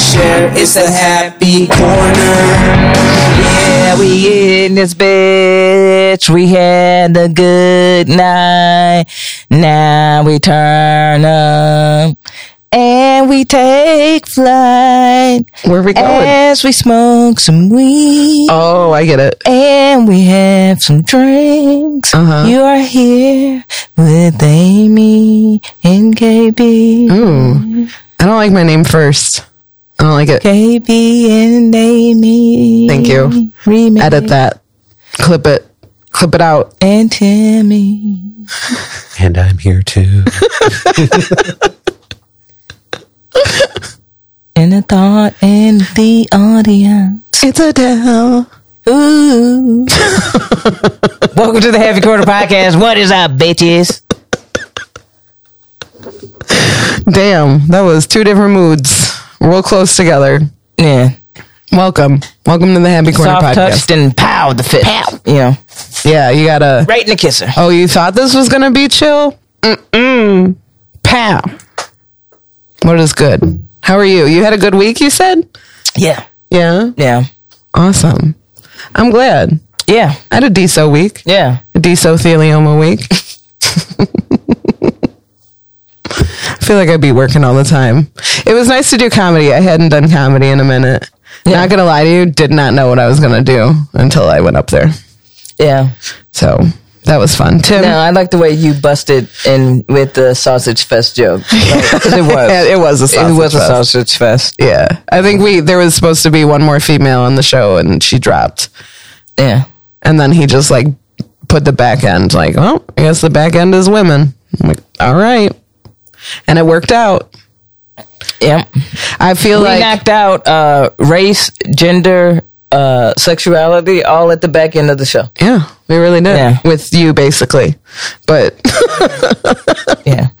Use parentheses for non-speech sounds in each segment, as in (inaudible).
It's a happy corner. Yeah, we in this bitch. We had a good night. Now we turn up and we take flight Where are we going? as we smoke some weed oh, I get it. and we have some drinks. Uh-huh. You are here with Amy and KB. I don't like my name first. I don't like it. KB and Amy. Thank you. Remake Edit that. Clip it. Clip it out. And Timmy. And I'm here too. (laughs) And a thought in the audience. It's Adele. Ooh. Welcome to the Happy Quarter Podcast. What is up, bitches? Damn, that was two different moods, real close together. Yeah. Welcome, welcome to the Happy Corner Soft Podcast. touched and pow the fist. Pow. You know, Yeah, you gotta. right in the kisser. Oh, you thought this was gonna be chill? Mm mm. Pow. What is good? How are you? You had a good week. You said. Yeah. Yeah. Yeah. Awesome. I'm glad. Yeah. I had a DSO week. Yeah. A DSO week. (laughs) I feel like I'd be working all the time. It was nice to do comedy. I hadn't done comedy in a minute. Yeah. Not gonna lie to you, did not know what I was gonna do until I went up there. Yeah. So that was fun. Tim, No, I like the way you busted in with the sausage fest (laughs) joke. Because Yeah, it was. it was a It sausage was a fest. sausage fest. Yeah, I think we there was supposed to be one more female on the show, and she dropped. Yeah. And then he just like put the back end, like, well, I guess the back end is women. I'm like, all right. And it worked out. Yep. I feel we like knocked out uh, race, gender, uh, sexuality, all at the back end of the show. yeah, we really did Yeah. with you basically. But Yeah, (laughs)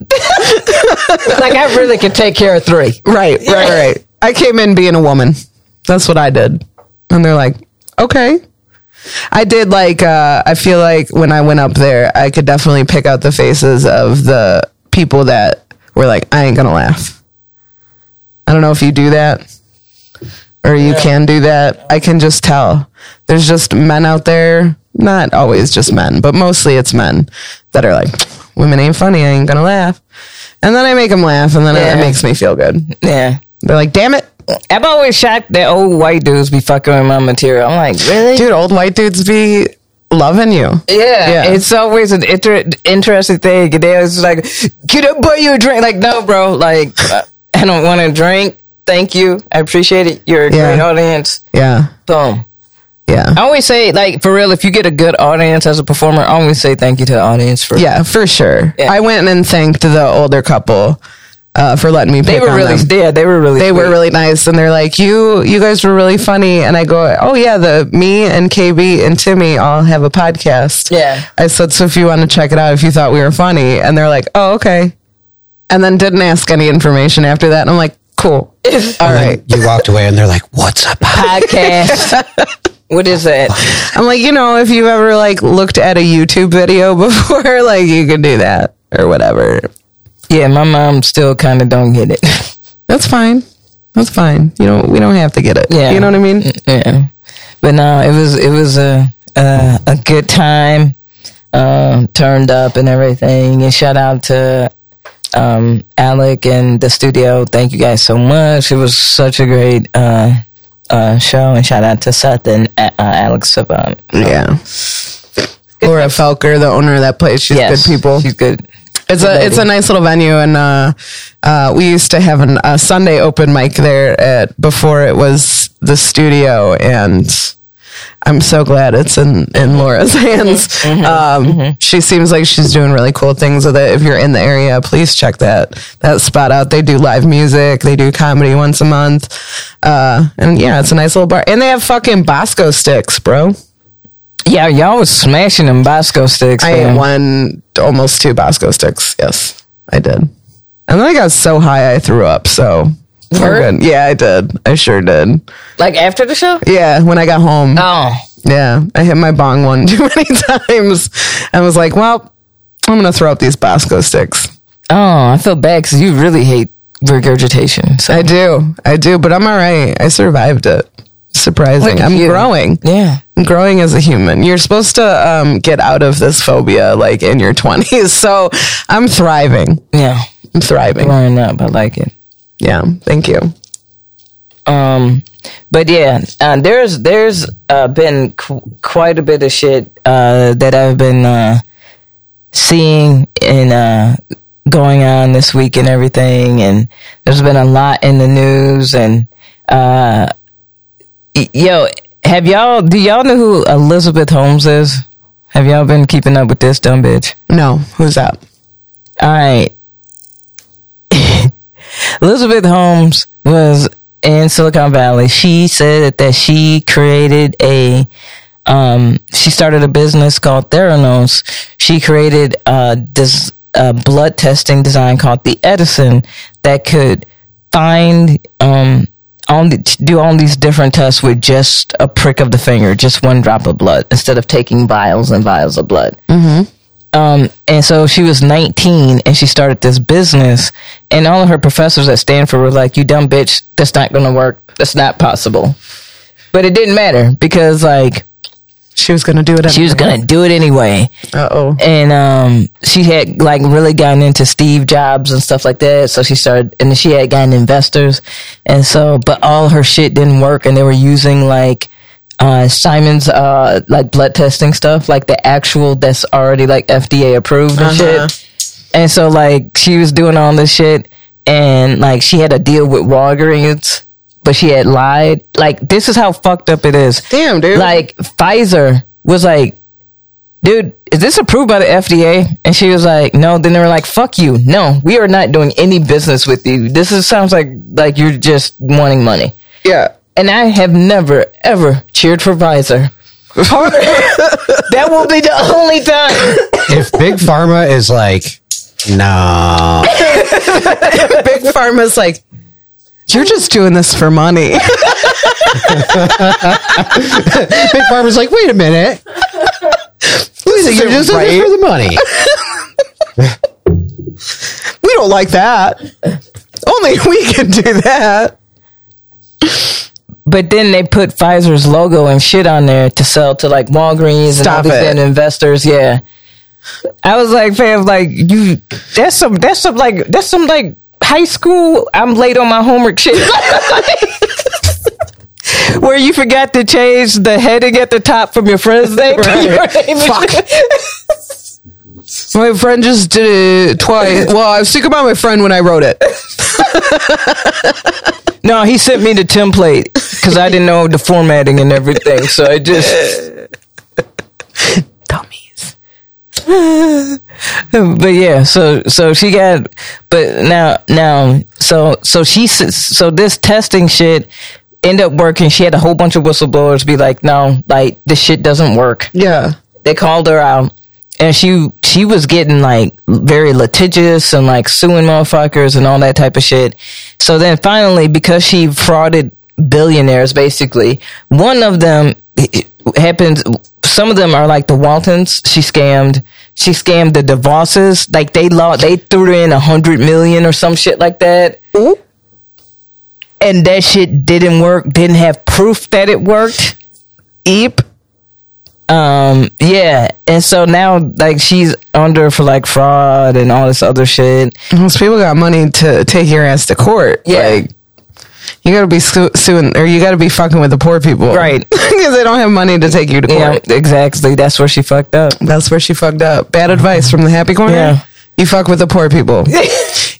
like I really can take care of three. right, right, right. I came in being a woman. That's what I did. And they're like, okay. I did like uh I feel like when I went up there, I could definitely pick out the faces of the people that were like, I ain't gonna laugh. I don't know if you do that. Or you can do that. I can just tell. There's just men out there, not always just men, but mostly it's men that are like, women ain't funny, I ain't gonna laugh. And then I make them laugh, and then it, Yeah. it makes me feel good. Yeah, They're like, damn it. I'm always shocked that old white dudes be fucking with my material. I'm like, really? Dude, old white dudes be loving you. Yeah, Yeah. it's always an inter- interesting thing. They was like, "Can I buy you a drink?" Like, no, bro. Like, (laughs) uh, I don't want a drink. Thank you. I appreciate it. You're a Yeah. great audience. Yeah. Boom. Yeah. I always say, like, for real, if you get a good audience as a performer, I always say thank you to the audience for. Yeah, for sure. Yeah. I went and thanked the older couple uh, for letting me pick They were on really, them. yeah, they were really, They were sweet. really nice, and they're like, "You, you guys were really funny." And I go, "Oh yeah, the me and KB and Timmy all have a podcast." Yeah. I said, "So if you want to check it out, if you thought we were funny," and they're like, "Oh okay," and then didn't ask any information after that. And I'm like, "Cool, (laughs) all right." You walked away and they're like, what's up? podcast. (laughs) what is that? I'm like, you know, Oh, if you've ever like looked at a YouTube video (laughs) before, like you can do that or whatever. Yeah, my mom still kind of don't get it. (laughs) That's fine. That's fine. You know, we don't have to get it. Yeah. You know what I mean? yeah, but no, it was it was a a, a good time. Um, turned up and everything, and shout out to um, Alec and the studio. Thank you guys so much. It was such a great uh, uh, show, and shout out to Seth and uh, Alex of um, Yeah. Laura Felker, the owner of that place, she's yes, good people. She's good. It's a it's a nice little venue, and uh, uh, we used to have an, a Sunday open mic there at before it was the studio, and I'm so glad it's in in Laura's (laughs) hands. Mm-hmm. um, She seems like she's doing really cool things with it. If you're in the area, please check that that spot out. They do live music, they do comedy once a month, uh, and yeah, it's a nice little bar, and they have fucking Bosco sticks, bro. Yeah, y'all was smashing them Bosco sticks. I man. ate one, almost two Bosco sticks. Yes, I did. And then I got so high I threw up. So we're Word? good. yeah, I did. I sure did. like after the show. Yeah, when I got home, Oh. yeah, I hit my bong one (laughs) too many times. I was like, well, I'm gonna throw up these Bosco sticks. Oh, I feel bad because you really hate regurgitation. So I do. I do, but I'm all right. I survived it. Surprising. Look at I'm you. growing. yeah. I'm growing as a human. You're supposed to um, get out of this phobia like in your 20s. (laughs) So I'm thriving. Yeah. I'm thriving. Growing up, I like it. Yeah. Thank you. Um, but yeah, uh, there's there's uh, been qu- quite a bit of shit uh, that I've been uh, seeing and uh, going on this week and everything, and there's been a lot in the news and uh, y- yo, have y'all do y'all know who Elizabeth Holmes is? Have y'all been keeping up with this dumb bitch? No. Who's that? All right. (laughs) Elizabeth Holmes was in Silicon Valley. She said that she created a um, she started a business called Theranos. She created a, dis, a blood testing design called the Edison that could find um, on the, do all these different tests with just a prick of the finger, just one drop of blood, instead of taking vials and vials of blood. Um, and so she was 19 and she started this business. And all of her professors at Stanford were like, You dumb bitch, that's not going to work. That's not possible. But it didn't matter because, like, She was going to do it. she was going to do it anyway. Uh oh. And um, she had, like, really gotten into Steve Jobs and stuff like that. So she started, and she had gotten investors. And so, but all her shit didn't work. And they were using, like, uh, Simon's uh, like blood testing stuff, like the actual that's already like FDA approved and Uh-huh. shit. And so like she was doing all this shit and like she had a deal with Walgreens, but she had lied. Like this is how fucked up it is. Damn, dude. Like Pfizer was like, dude, is this approved by the FDA? And she was like, no. Then they were like, fuck you. No, we are not doing any business with you. This is, sounds like like you're just wanting money Yeah. (laughs) and I have never ever cheered for Pfizer. that will be (laughs) the only time. (laughs) If Big Pharma is like, no, Big Pharma's like, you're just doing this for money. (laughs) Big Pharma's like, wait a minute, Lisa, you're just in this for the (laughs) money. we don't like that. Only we can do that. But then they put Pfizer's logo and shit on there to sell to like Walgreens Stop and all it. these other investors. Yeah, I was like, fam, like you, that's some, that's some, like that's some like high school. I'm late on my homework shit. (laughs) Where you forgot to change the heading at the top from your (laughs) friend's name to your name. Fuck. My friend just did it (laughs) twice. Well, I was thinking about my friend when I wrote it. (laughs) No, he sent me the template because I didn't know the formatting and everything. So (laughs) I just, Dummies. (laughs) but yeah. So so she got, but now now so so she s- so this testing shit end up working. She had a whole bunch of whistleblowers be like, no, like this shit doesn't work. Yeah. They called her out, and she she was getting like very litigious and like suing motherfuckers and all that type of shit. So then finally, because she frauded billionaires, basically, one of them it- it happens. Some of them are like the Waltons. She scammed. She scammed the DeVosses. Like they lost. They threw in a hundred million or some shit like that. And that shit didn't work. Didn't have proof that it worked. Eep. Um, yeah, and so now like she's under for like fraud and all this other shit. Most people got money to take your ass to court. Yeah. Like, you gotta be su- suing, or you gotta be fucking with the poor people. (laughs) Right. Because they don't have money to take you to court. Yeah, exactly. That's where she fucked (laughs) up. That's where she fucked up. Bad advice from the happy corner. Yeah. You fuck with the poor people.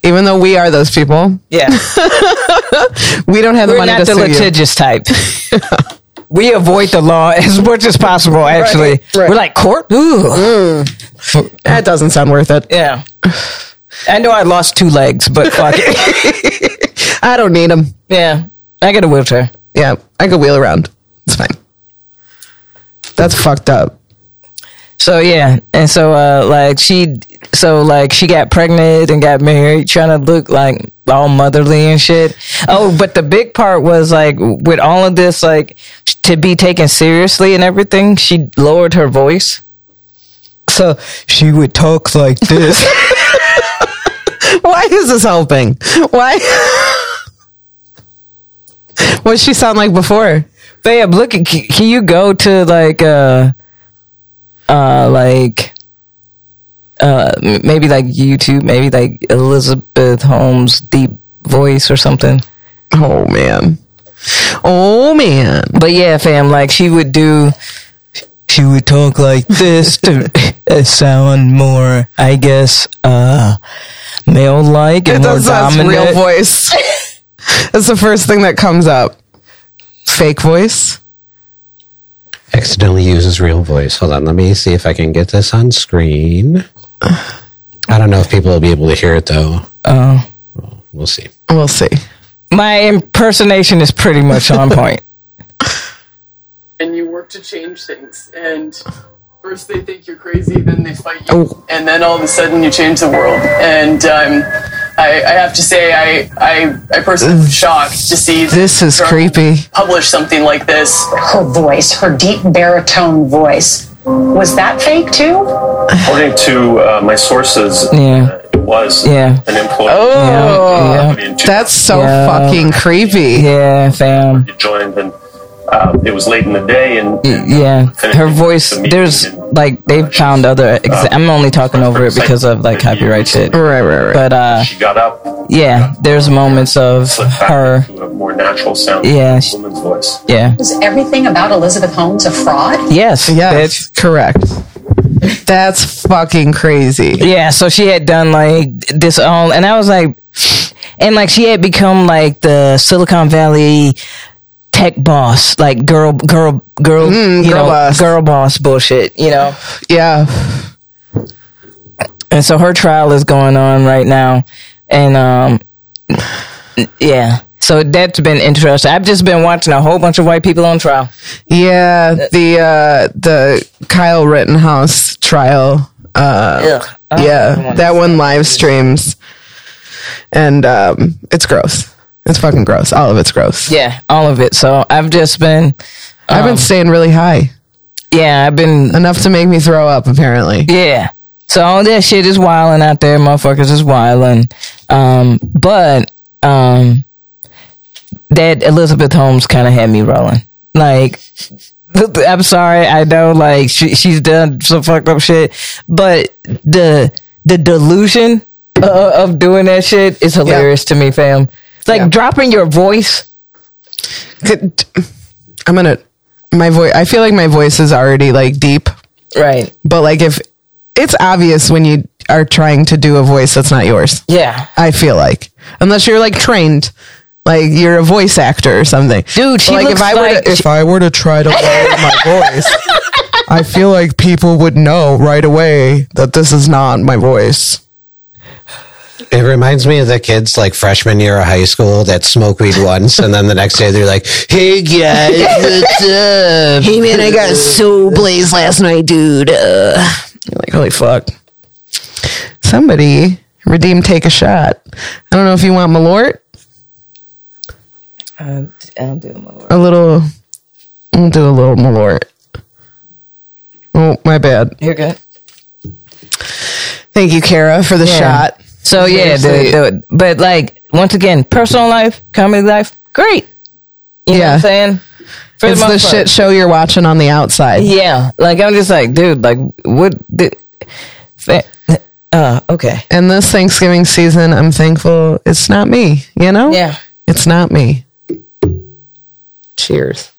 Even though we are those people, Yeah, we don't have the we're money not to the sue you. litigious type. (laughs) we avoid the law (laughs) as much as possible. Actually, right. we're like court. Ooh, That doesn't sound worth it. yeah. I know I lost two legs, but fuck it. I don't need them. (laughs) Yeah, I got a wheelchair. Yeah, I could wheel around. It's fine. That's fucked up. So yeah, and so uh, like she, so like she got pregnant and got married, trying to look like all motherly and shit. Oh, but the big part was like with all of this, like to be taken seriously and everything, she lowered her (laughs) voice. So she would talk like this. Why is this helping? Why? What'd she sound like before? Babe, look, at, c- can you go to like, uh, uh, like, uh, m- maybe like YouTube, maybe like Elizabeth Holmes' deep voice or something. Oh man. Oh man. But yeah, fam, like she would do, she would talk like this to (laughs) uh, sound more, I guess, uh, male-like and more That's that's dominant. real voice. (laughs) that's the first thing that comes up. Fake voice. Accidentally uses real voice. Hold on, let me see if I can get this on screen. I don't know if people will be able to hear it though. Oh. We'll see. We'll see. My impersonation is pretty much on point. and you work to change things. And first they think you're crazy, then they fight you, Oh. and then all of a sudden you change the world. And um, I, I have to say, I, I, I personally was shocked to see This is Journal creepy. publish something like this. her voice, her deep baritone voice. Was that fake too? According to uh, my sources, Yeah. it was Yeah. Oh, an employee. Yeah. in That's so Yeah. fucking creepy. Yeah, fam. 2000 it joined, and uh, it was late in the day, and Yeah, her voice. There's like they've found other. Exa- I'm only talking over it because of like copyright shit. Right, right, right. But uh, she got up, yeah, there's moments of flipped back her. to a more natural sound, Yeah, she- woman's voice. Yeah. Was everything about Elizabeth Holmes a fraud? Yes. Bitch. yes, correct. That's fucking crazy. Yeah, so she had done like this all, and I was like, and like she had become like the Silicon Valley tech boss, like girl, girl, girl, you Mm, girl know, boss. girl boss bullshit, you know. Yeah. And so her trial is going on right now, and um, yeah. So that's been interesting. I've just been watching a whole bunch of white people on trial. Yeah, the uh the Kyle Rittenhouse trial. Uh Ugh. I don't even yeah, wanna that one live streams. And um it's gross. It's fucking gross. All of it's gross. Yeah, all of it. So I've just been, um, I've been staying really high. yeah, I've been Enough to make me throw up apparently. Yeah. So all that shit is wilding out there, motherfuckers is wilding. Um, but um, that Elizabeth Holmes kind of had me rolling. Like, I'm sorry, I know, like she she's done some fucked up shit, but the the delusion uh, of doing that shit is hilarious to me, fam. Like Yeah. dropping your voice. Good- I'm going to my voice I feel like my voice is already like deep, Right. but like if it's obvious when you are trying to do a voice that's not yours. Yeah. I feel like, unless you're like trained, like you're a voice actor or something. Dude, she But, looks like she- I were to try to lower (laughs) my voice, I feel like people would know right away that this is not my voice. It reminds me of the kids like freshman year of high school that smoke weed once and then the next day they're like, Hey guys, (laughs) what's up? Hey man, I got so blazed last night, dude. Uh, you're like, holy fuck. Somebody redeem, take a shot. I don't know if you want Malort, I don't do my word. a little. I'll do a little Malort. Oh, my bad. You're good. Thank you, Kara, for the Yeah. shot. So yeah, Seriously. the, the, but like once again, personal life, comedy life, great. You know what Yeah. I'm saying? For It's the most part. shit show you're watching on the outside. Yeah, like I'm just like, dude, like what? The, fa- uh, okay. And this Thanksgiving season, I'm thankful it's not me, you know? Yeah. It's not me. Cheers.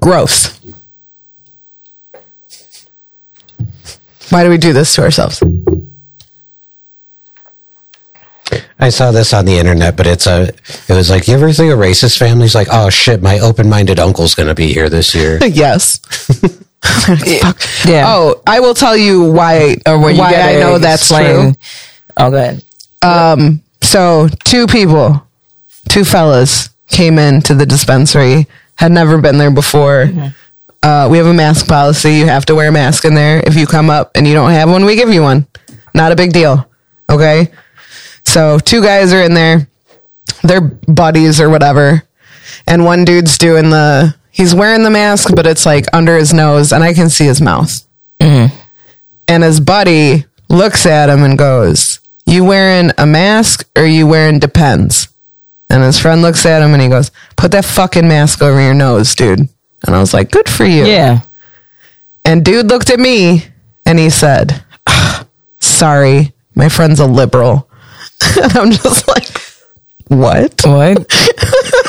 Gross. Why do we do this to ourselves? I saw this on the internet, but it's a it was like you ever think of racist families like, oh shit, my open minded uncle's gonna be here (laughs) this year. yes. Yeah. Oh, I will tell you why or you why gotta I know that's true. explain- Oh, go ahead. So two people, two fellas came into the dispensary, had never been there before. Uh, we have a mask policy. You have to wear a mask in there. If you come up and you don't have one, we give you one. Not a big deal. Okay. So two guys are in there. They're buddies or whatever. And one dude's doing the, he's wearing the mask, but it's like under his nose and I can see his mouth. and his buddy looks at him and goes, "You wearing a mask or you wearing depends?" And his friend looks at him and he goes, "Put that fucking mask over your nose, dude." And I was like, "Good for you." Yeah. And dude looked at me and he said, "Ah, "Sorry, my friend's a liberal." (laughs) and I'm just like, "What?" (laughs)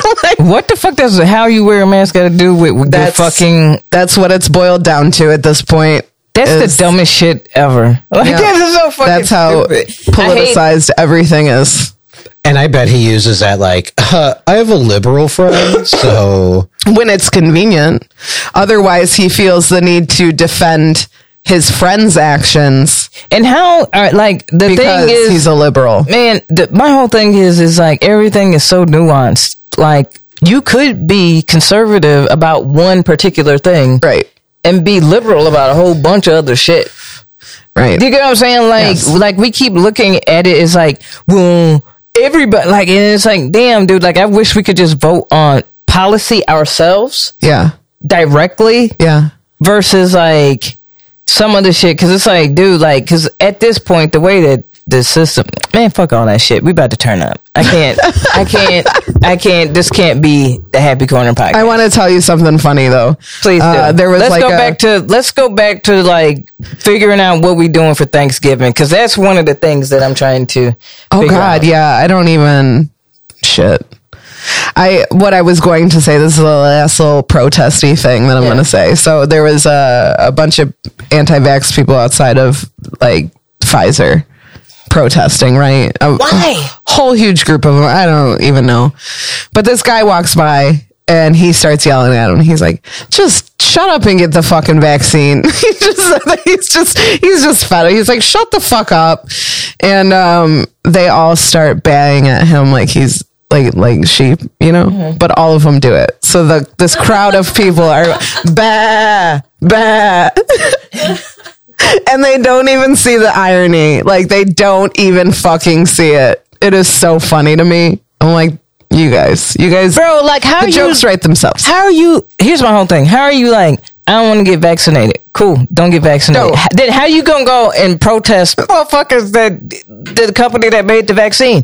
What? what the fuck does how you wear a mask got to do with, with the That's- fucking? That's what it's boiled down to at this point. That's is- the dumbest shit ever. Like Yeah. (laughs) that is so fucking. That's how stupid. I hate- politicized everything is. And I bet he uses that like, uh, I have a liberal friend, so (laughs) when it's convenient. Otherwise, he feels the need to defend his friend's actions and how are like the because thing is he's a liberal. man the, my whole thing is is like everything is so nuanced like you could be conservative about one particular thing Right. and be liberal about a whole bunch of other shit Right. Do you get what I'm saying? Like, Yes. like we keep looking at it as like, well, everybody, like, and it's like, damn, dude, like, I wish we could just vote on policy ourselves yeah. directly Yeah. versus like some other shit. Cause it's like, dude, like, cause at this point, the way that the system, man, fuck all that shit. We about to turn up. (laughs) I can't, I can't, I can't, this can't be the happy corner podcast. I want to tell you something funny though. Please do. Uh, there was let's like go a- back to let's go back to like figuring out what we doing for Thanksgiving because that's one of the things that I'm trying to. Oh figure God, out. yeah. I don't even shit. I what I was going to say. This is the last little protesty thing that I'm going to say. So there was a a bunch of anti-vax people outside of like Pfizer protesting, right? A- Why? whole huge group of them. I don't even know. But this guy walks by and he starts yelling at him. He's like, just shut up and get the fucking vaccine. (laughs) he just, he's just, he's just fed up. He's like, shut the fuck up. And, um, they all start baying at him like he's, like like sheep, you know, but all of them do it. So the this crowd of people are bah bah, and they don't even see the irony. Like they don't even fucking see it. It is so funny to me. I'm like, you guys, you guys, bro. Like how the you jokes write themselves. how are you? Here's my whole thing. How are you like? I don't want to get vaccinated. Cool, don't get vaccinated. No. H- Then how you gonna go and protest, motherfuckers? That the company that made the vaccine.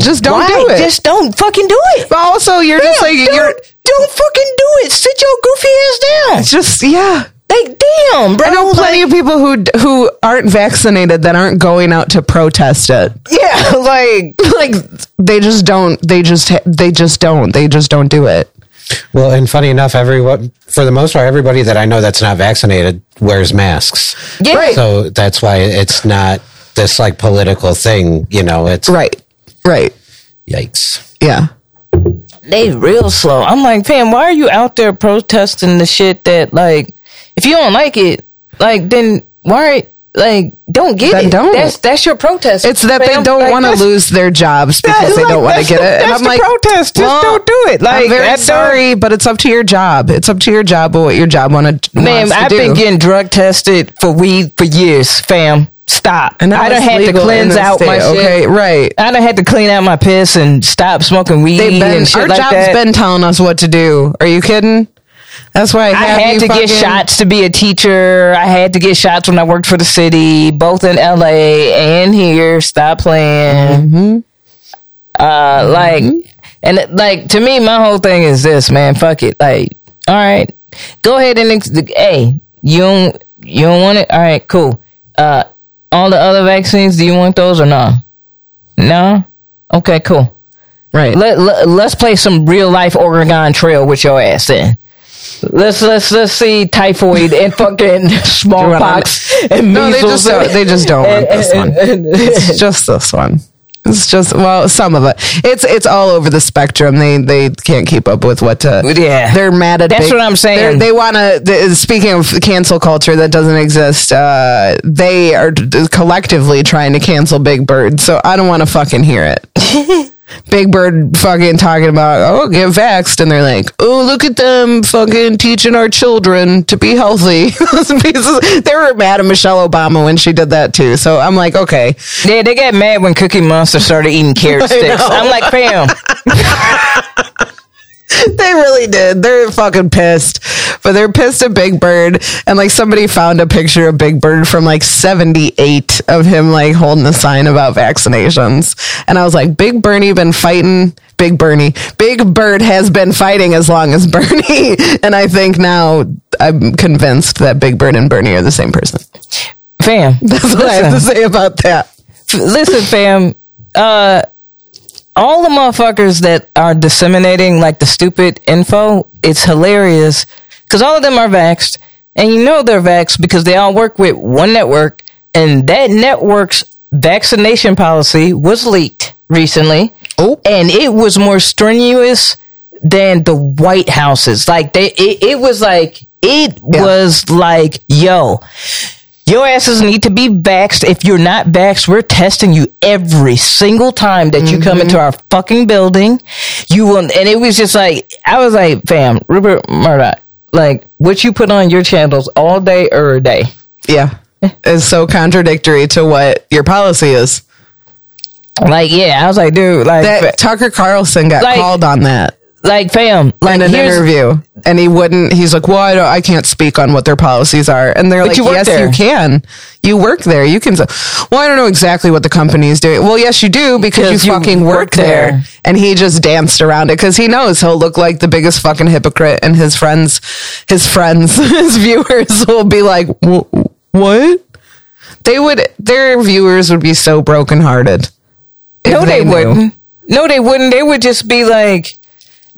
Just don't Why? do it. Just don't fucking do it. but also, you're just Damn, like don't, you're don't fucking do it. Sit your goofy ass down. just yeah. Like damn, bro. I know like- plenty of people who d- who aren't vaccinated that aren't going out to protest it. Yeah, (laughs) like like they just don't they just ha- they just don't they just don't do it well. And funny enough, everyone for the most part, everybody that I know that's not vaccinated wears masks. yeah. So that's why it's not this like political thing. You know, it's right right yikes. yeah They real slow. I'm like, fam, why are you out there protesting the shit that like if you don't like it, like then why like don't get Then it. don't. That's that's your protest. it's that they Fam, don't like, want to that's- lose their jobs that's because they like- don't want to that's get it the- and that's i'm the like protest. Just well, don't do it. Like i'm very that don't- sorry but it's up to your job it's up to your job or what your job want to Ma'am, I've been getting drug tested for weed for years, fam. Stop. and I done had to cleanse out my shit. okay right I done had to clean out my piss and stop smoking weed They've been, and shit our like job's that. been telling us what to do. Are you kidding? That's why I, I have you had to fucking- get shots to be a teacher. I had to get shots when I worked for the city, both in LA and here. Stop playing. Mm-hmm. Uh, like, and it- like to me, my whole thing is this, man. Fuck it. Like, all right, go ahead and ex- hey, you don't you don't want it. All right, cool. Uh, all the other vaccines, do you want those or no? No. Okay, cool. Right. Let, let let's play some real life Oregon Trail with your ass in. Let's let's let's see typhoid (laughs) and fucking smallpox and measles. No, they just don't, they just don't want this one. (laughs) It's just this one. It's just well, some of it. It's it's all over the spectrum. They they can't keep up with what to. Yeah. they're mad at. That's big- what I'm saying. they're- They want to. Speaking of cancel culture that doesn't exist, uh, they are d- collectively trying to cancel Big Bird. So I don't want to fucking hear it. (laughs) Big Bird fucking talking about oh get vaxxed and they're like oh look at them fucking teaching our children to be healthy. (laughs) they were mad at Michelle Obama when she did that too. So I'm like okay. yeah, they got (laughs) mad when Cookie Monster started eating carrot sticks. I'm like, fam, they really did. They're fucking pissed. But they're pissed at Big Bird. And like somebody found a picture of Big Bird from like 78 of him like holding a sign about vaccinations. And I was like, Big Bernie been fighting. Big Bernie. Big Bird has been fighting as long as (laughs) Bernie. And I think now I'm convinced that Big Bird and Bernie are the same person. (laughs) Fam, That's what I have to listen, say about that. listen, fam. Uh, all the motherfuckers that are disseminating like the stupid info, it's hilarious because all of them are vaxxed, and you know they're vaxxed because they all work with one network, and that network's vaccination policy was leaked recently. Oh. and it was more strenuous than the White House's. Like they, it, it was like it was like yo. Your asses need to be vaxxed. If you're not vaxxed, we're testing you every single time that you come into our fucking building. You will, and it was just like, I was like, fam, Rupert Murdoch, like what you put on your channels all day, every day. Yeah. Eh. It's so contradictory to what your policy is. Like, yeah, I was like, dude, like, fa- That Tucker Carlson got Like- called on that like, fam, like, in an here's- interview, and he wouldn't. He's like, "Well, I, don't, I can't speak on what their policies are," and they're like, you work "Yes, there." you can. You work there. You can." say, Well, I don't know exactly what the company is doing. Well, yes, you do because you, you fucking work work, there. there. And he just danced around it because he knows he'll look like the biggest fucking hypocrite, and his friends, his friends, (laughs) his viewers will be like, "Wh- "What?" They would. Their viewers would be so brokenhearted. if No, they, knew. wouldn't. No, they wouldn't. They would just be like,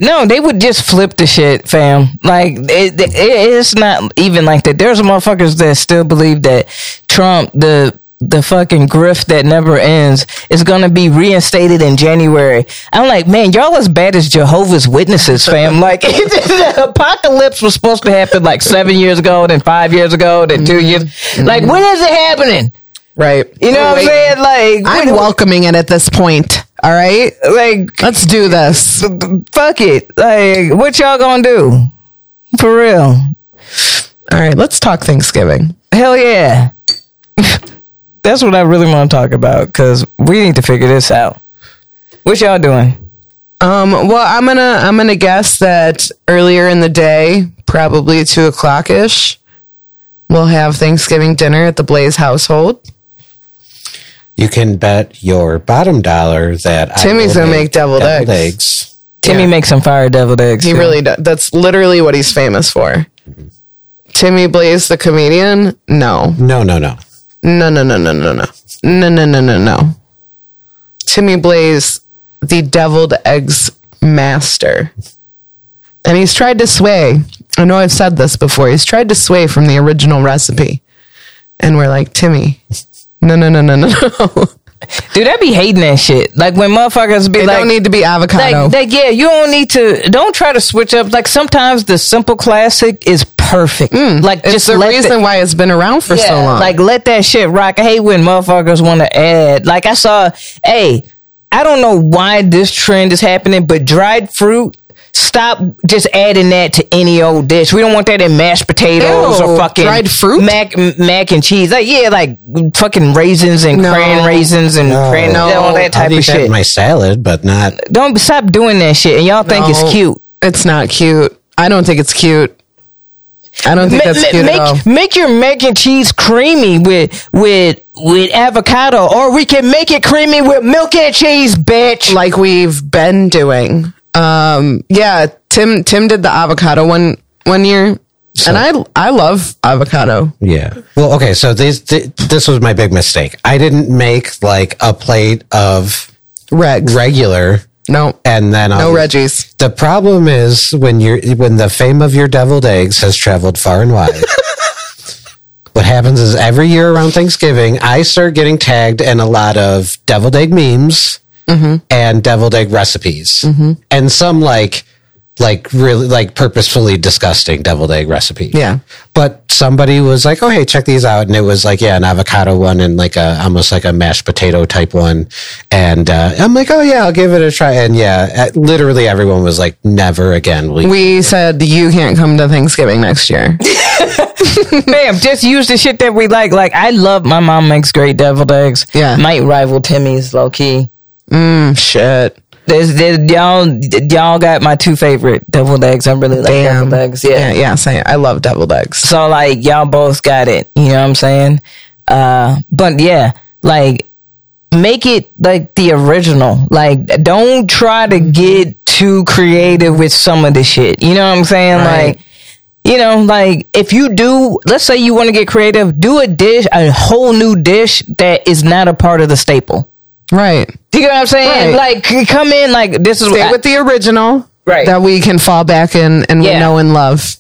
no, they would just flip the shit, fam. Like it, it, it's not even like that. There's motherfuckers that still believe that Trump, the the fucking grift that never ends, is gonna be reinstated in January. I'm like, man, y'all as bad as Jehovah's Witnesses, (laughs) fam. like (laughs) the apocalypse was supposed to happen like seven years ago, then five years ago, then two years. Like when is it happening? Mm-hmm. Right. You know what I'm saying? Like I'm when- welcoming it at this point. All right. Like Let's do this. fuck it. Like, what y'all gonna do? For real. All right. Let's talk Thanksgiving. Hell yeah. (laughs) That's what I really want to talk about because we need to figure this out. What y'all doing? Um, well, I'm going to, I'm going to guess that earlier in the day, probably two o'clock ish, we'll have Thanksgiving dinner at the Blaze household. You can bet your bottom dollar that I Timmy's will gonna make deviled eggs. Timmy makes some fire deviled eggs. He too. really does. That's literally what he's famous for. Timmy Blaze, the comedian. No, No, no, no. No, no, no, no, no, no. No, no, no, no, no. Timmy Blaze, the deviled eggs master. And he's tried to sway. I know I've said this before. He's tried to sway from the original recipe. And we're like, Timmy, no, no, no, no, no, no. dude. I be hating that shit. Like when motherfuckers be It like, don't need to be avocado. like, like, yeah, you don't need to. Don't try to switch up. Like sometimes the simple classic is perfect. like it's just the let reason Mm, the- why it's been around for so long. Like let that shit rock. I hate when motherfuckers want to add. Like I saw, hey, I don't know why this trend is happening, but dried fruit. Stop just adding that to any old dish. We don't want that in mashed potatoes Ew, or fucking dried fruit? mac mac and cheese. Like yeah, like fucking raisins and No. cran raisins and No. cran No. all that type I'll of eat that shit. in my salad, but not. don't stop doing that shit. And y'all think No, it's cute. It's not cute. I don't think it's cute. I don't think Ma- that's ma- cute make at all. make your mac and cheese creamy with with with avocado, or we can make it creamy with milk and cheese, bitch. like we've been doing. Um, yeah, Tim Tim did the avocado one one year, and I I love avocado. Yeah. Well, okay. So this th- this was my big mistake. I didn't make like a plate of Regs, regular, no, and then no I'll- Reggie's. The problem is when you're when the fame of your deviled eggs has traveled far and wide. (laughs) what happens is every year around Thanksgiving, I start getting tagged in a lot of deviled egg memes Mm-hmm. and deviled egg recipes, and some like like really like purposefully disgusting deviled egg recipe. Yeah. But somebody was like, "Oh, hey, check these out," and it was like, "Yeah, an avocado one and like a almost like a mashed potato type one." And uh, I'm like, "Oh yeah, I'll give it a try." And yeah, at, literally everyone was like, "Never again." will you-" We said you can't come to Thanksgiving next year. Ma'am, just use the shit that we like. Like I love my mom makes great deviled eggs. Yeah. Mm. might rival Timmy's low key. Shit. There's, there, y'all, y'all got my two favorite deviled eggs. I really like Damn. deviled eggs. Yeah. yeah, yeah, same. I love deviled eggs. So like y'all both got it. You know what I'm saying? Uh, but yeah, like make it like the original. Like don't try to Mm-hmm. get too creative with some of the shit. You know what I'm saying? Like. You know, like if you do, let's say you want to get creative, do a dish, a whole new dish that is not a part of the staple. Right. Do you get what I'm saying? Right. Like c- come in, like this is Stay what with the original, Right. That we can fall back in and we Yeah. know and love,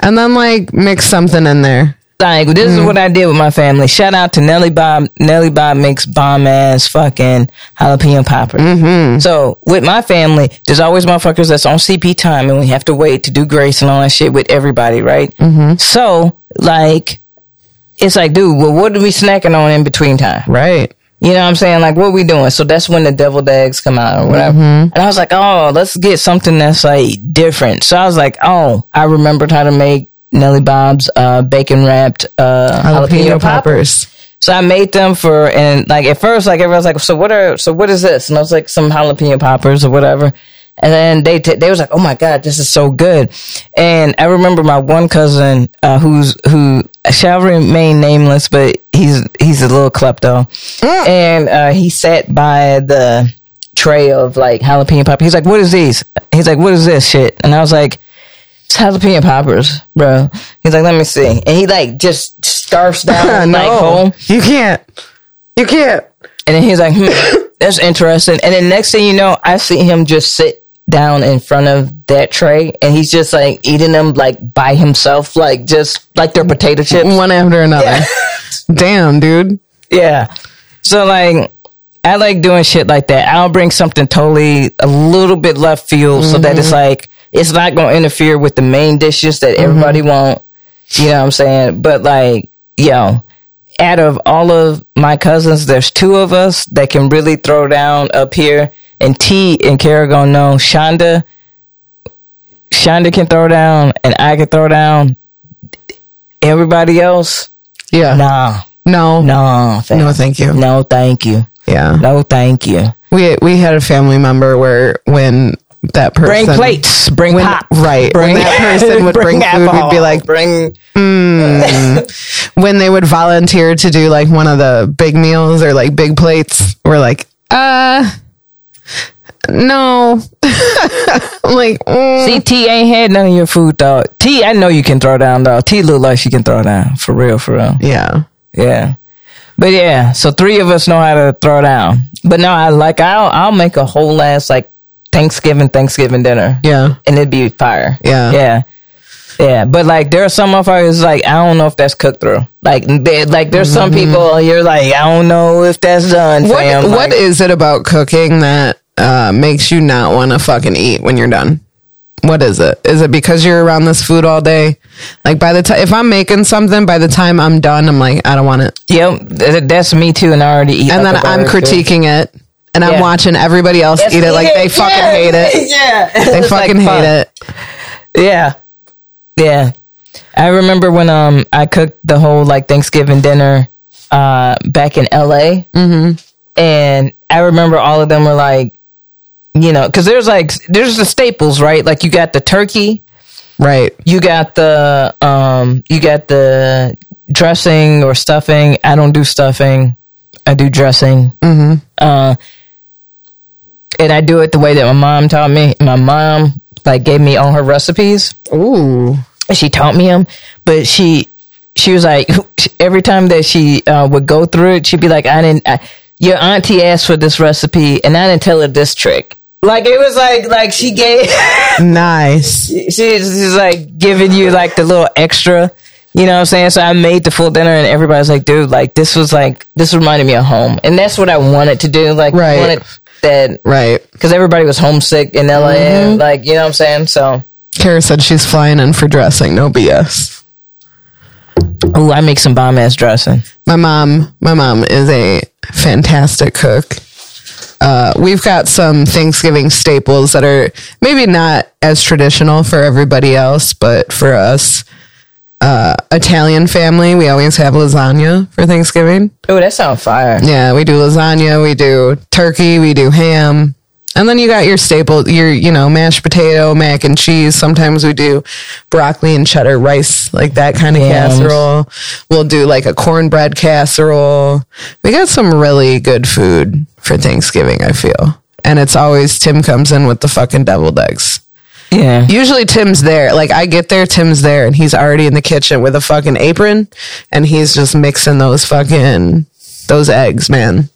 and then like mix something in there. Like this is what I did with my family. Shout out to Nelly Bob. Nelly Bob makes bomb ass fucking jalapeno poppers. So with my family, there's always motherfuckers that's on CP time, and we have to wait to do grace and all that shit with everybody, right? So like, it's like, dude, well, what are we snacking on in between time? Right. You know what I'm saying? Like, what we doing? So that's when the deviled eggs come out or whatever. And I was like, oh, let's get something that's like different. So I was like, oh, I remembered how to make Nelly Bob's uh, bacon wrapped uh, jalapeno, Jalapeno popper. poppers. So I made them for and like at first like everyone's like, so what are so what is this? And I was like some jalapeno poppers or whatever. And then they t- they was like, oh my god, this is so good. And I remember my one cousin uh, who's who shall remain nameless, but he's he's a little klepto, and uh, he sat by the tray of like jalapeno poppers. He's like, what is these? He's like, what is this shit? And I was like. It's jalapeno poppers, bro. He's like, let me see, and he like just scarfs down like whole, you can't. You can't. and then he's like, hmm, (coughs) that's interesting. And then next thing you know, I see him just sit down in front of that tray and he's just like eating them like by himself, like just like they're potato chips. One after another. (laughs) Damn, dude. Yeah. So like I like doing shit like that. I'll bring something totally a little bit left field so that it's like it's not gonna interfere with the main dishes that everybody want. You know what I'm saying? But like, yo, out of all of my cousins, there's two of us that can really throw down up here. And T and Kara gonna know Shonda. Shonda can throw down and I can throw down. Everybody else, Yeah. nah. No. No, thank No, thank you. No, thank you. Yeah. No, thank you. We we had a family member where when that person Bring plates. Bring When- pop. right. When that person (laughs) would bring food, we'd be like, bring. when they would volunteer to do like one of the big meals or like big plates, we're like, uh, no. (laughs) I'm like, mm, See, T ain't had none of your food, dog. T, I know you can throw down, dog. T look like she can throw down. For real, for real. yeah, Yeah. But yeah, so three of us know how to throw down. But no, I like, I'll, I'll make a whole ass, like, Thanksgiving, Thanksgiving dinner. yeah, and it'd be fire. Yeah. yeah, yeah. But like, there are some motherfuckers like I don't know if that's cooked through. Like, they, like there's some people you're like I don't know if that's done. Mm-hmm. What fam. Like, what is it about cooking that uh, makes you not want to fucking eat when you're done? What is it? Is it because you're around this food all day? Like by the time if I'm making something, by the time I'm done, I'm like, I don't want it, Yep, th- that's me too, and I already eat. and like then a I'm bird, too. critiquing it, and I'm Yeah. watching everybody else eat it like they fucking Yeah. hate it. (laughs) Yeah, They fucking hate it. Yeah, yeah. I remember when um I cooked the whole like Thanksgiving dinner uh back in L.A. Mm-hmm. and I remember all of them were like, you know, because there's like there's the staples, right? Like you got the turkey, Right. you got the um you got the dressing or stuffing i don't do stuffing i do dressing mm-hmm. uh and i do it the way that my mom taught me my mom like gave me all her recipes Ooh. and she taught me them but she she was like (laughs) every time that she uh, would go through it she'd be like i didn't I, your auntie asked for this recipe and i didn't tell her this trick like it was like like she gave (laughs) Nice. she's, she's like giving you like the little extra. You know what I'm saying? So I made the full dinner, and everybody's like, "Dude, like this was like this reminded me of home," and that's what I wanted to do. Like, Right. I wanted that Right. because everybody was homesick in LA. and, Like, you know what I'm saying? So, Kara said she's flying in for dressing. No BS. oh, I make some bomb ass dressing. My mom, my mom is a fantastic cook. Uh, we've got some Thanksgiving staples that are maybe not as traditional for everybody else, but for us, uh, Italian family, we always have lasagna for Thanksgiving. Oh, that sounds fire. Yeah, we do lasagna, we do turkey, we do ham. And then you got your staple, your you know mashed potato, mac and cheese. Sometimes we do broccoli and cheddar rice, like that kind of Yams. casserole. We'll do like a cornbread casserole. We got some really good food for Thanksgiving. I feel, and it's always Tim comes in with the fucking deviled eggs. Yeah. Usually Tim's there. Like I get there, Tim's there, and he's already in the kitchen with a fucking apron, and he's just mixing those fucking those eggs, man.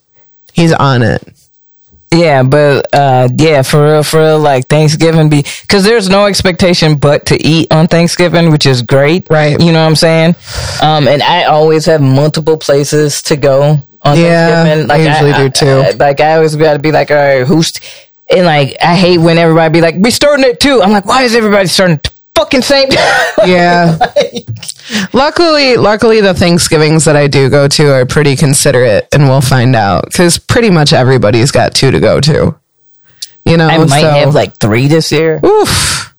He's on it. Yeah, but uh, yeah, for real, for real, like Thanksgiving be because there's no expectation but to eat on Thanksgiving, which is great, Right. You know what I'm saying? Um, and I always have multiple places to go on Yeah, Thanksgiving. I usually do, too. I- like I always got to be like, all right, who's? And like I hate when everybody be like, we starting at two. I'm like, why is everybody starting at the (laughs) fucking same? Oh, time? (laughs) Yeah. luckily, luckily the Thanksgivings that I do go to are pretty considerate, and we'll find out because pretty much everybody's got two to go to. You know, I might so- have like three this year. Oof.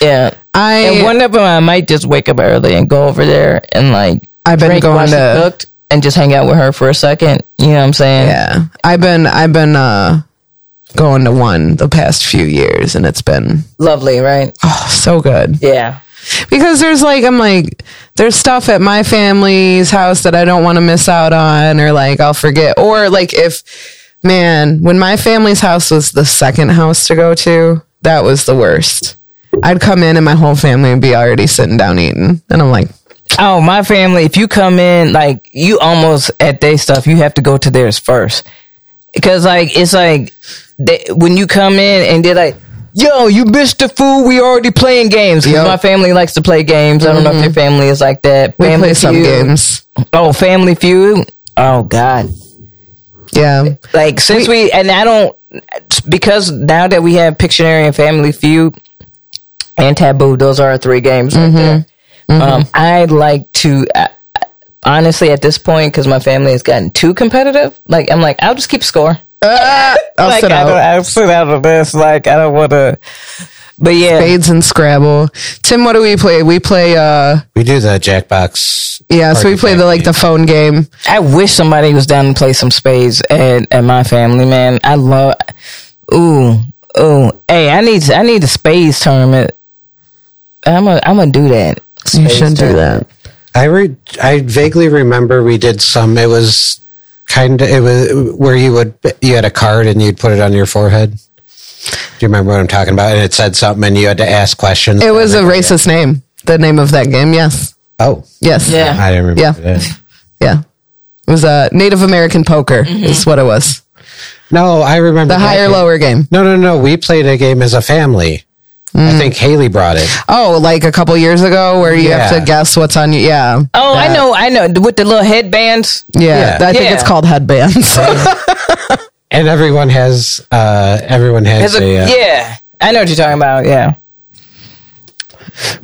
Yeah, I and one of them I might just wake up early and go over there and like I've been drink while going she to cooked and just hang out with her for a second. You know what I'm saying? Yeah. I've been I've been uh going to one the past few years and it's been Lovely, right? oh, so good. Yeah. Because there's like I'm like there's stuff at my family's house that I don't want to miss out on or like I'll forget or like if man, when my family's house was the second house to go to, that was the worst. I'd come in and my whole family would be already sitting down eating and I'm like Oh, my family, if you come in, like, you almost at their stuff, you have to go to theirs first. Because, like, it's like they, when you come in and they're like, yo, you missed the food. We already playing games. 'Cause Yep. Mm-hmm. My family likes to play games. I don't know if your family is like that. we family play some Feud. games. Oh, Family Feud. Oh, God. Yeah. Like since we, and I don't because now that we have Pictionary and Family Feud and Taboo, those are our three games right Mm-hmm. there. Um, I like to I, I- honestly at this point because my family has gotten too competitive. Like I'm like I'll just keep score. I'll like sit I out. don't, I'll sit out of this. Like I don't want to. But yeah, Spades and Scrabble. Tim, what do we play? We play uh We do the Jackbox. yeah, so we play the like the phone game. I wish somebody was down to play some spades at, at my family, man. I love. Ooh, ooh. Hey, I need I need a spades tournament. I'm a I'm gonna do that. you should do that. I re- I vaguely remember we did some. It was kind of it was where you would you had a card and you'd put it on your forehead. Do you remember what I'm talking about? And it said something, and you had to ask questions. It was a racist name. The name of that game, yes. oh, Yes. Yeah. I didn't remember Yeah. that. Yeah. It was uh, Native American poker Mm-hmm. is what it was. No, I remember The that higher game. lower game. No, no, no. We played a game as a family. Mm. I think Haley brought it. Oh, like a couple years ago where you have Yeah. to guess what's on you. Yeah. Oh, I know, I know. With the little headbands. Yeah. Yeah. I think Yeah. it's called (laughs) headbands. And everyone has, uh, everyone has, As a- a, uh, yeah. I know what you're talking about. Yeah.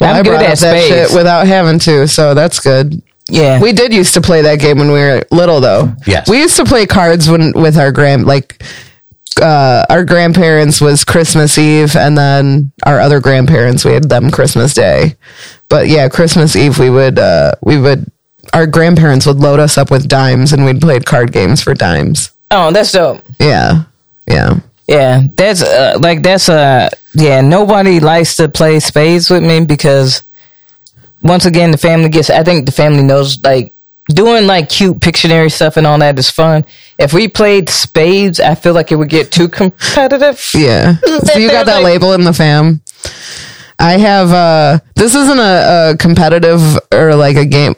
well, I I'm brought good up at that shit spades. without having to, so that's good. yeah. We did used to play that game when we were little, though. Yes. we used to play cards when with our grand like uh, our grandparents was Christmas Eve, and then our other grandparents we had them Christmas Day. But yeah, Christmas Eve we would uh, we would our grandparents would load us up with dimes, and we'd play card games for dimes. oh, that's dope. Yeah, yeah. Yeah, that's uh, like that's uh yeah. Nobody likes to play spades with me because once again, the family gets. I think the family knows like doing like cute Pictionary stuff and all that is fun. If we played spades, I feel like it would get too competitive. Yeah. So you got that label in the fam. I have uh this isn't a, a competitive or like a game.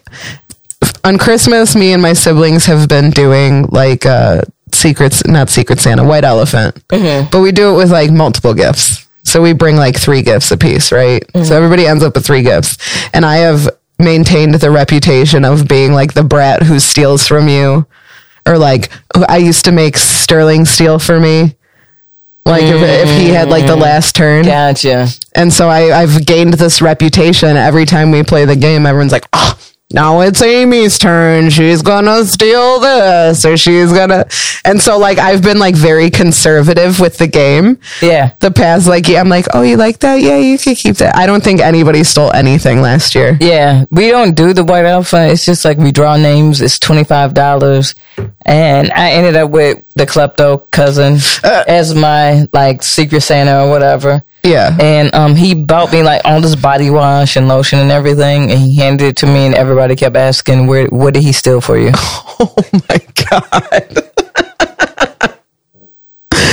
On Christmas, me and my siblings have been doing like uh secrets not secret Santa, white elephant. But we do it with like multiple gifts. So we bring like three gifts apiece, right? So everybody ends up with three gifts. And I have maintained the reputation of being like the brat who steals from you or like I used to make Sterling steal for me. Like if, if he had like the last turn, Gotcha. and so I, I've gained this reputation. Every time we play the game, everyone's like, "Oh, now it's Amy's turn. She's gonna steal this, or she's gonna. And so, like, I've been like very conservative with the game. Yeah. The past, like, yeah, I'm like, oh, you like that? Yeah, you can keep that. I don't think anybody stole anything last year. Yeah, we don't do the white elephant. It's just like we draw names. It's twenty five dollars, and I ended up with the klepto cousin as my like secret Santa or whatever. Yeah. (laughs) Oh and um, he bought me like all this body wash and lotion and everything, and he handed it to me, and everybody kept asking, "Where? What did he steal for (laughs) you?" my God.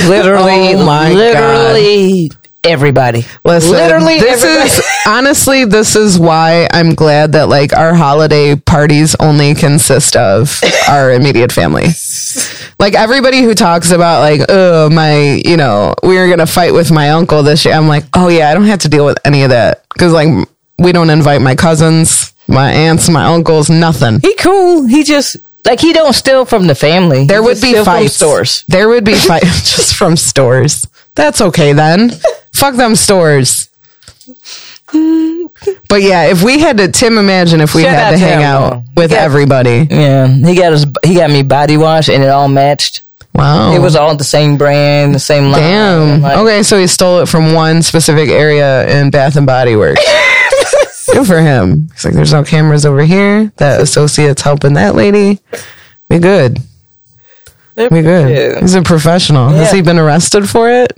literally, Oh my literally everybody. Listen, literally this everybody. is (laughs) honestly, this is why I'm glad that like our holiday parties only consist (laughs) of our immediate family. Like everybody who talks about like, oh my, you know, we were gonna fight with my uncle this year. I'm like, oh yeah, I don't have to deal with any of that because like we don't invite my cousins, my aunts, my uncles, nothing. he cool. He just like he don't steal from the family. There He would just be steal from fights. stores. There would be fights (laughs) just from stores. That's okay then. Fuck them stores. But yeah, if we had to, Tim, imagine if we Shout had out to to hang him. out with Yeah. everybody. Yeah, he got his he got me body wash and it all matched. Wow. It was all the same brand, the same line. Oh. Damn. Oh. I'm like, okay, so he stole it from one specific area in Bath and Body (laughs) Works. Good for him. He's like, there's no cameras over here. That associate's helping that lady. We good. We good. Yeah. He's a professional. Has Yeah. he been arrested for it?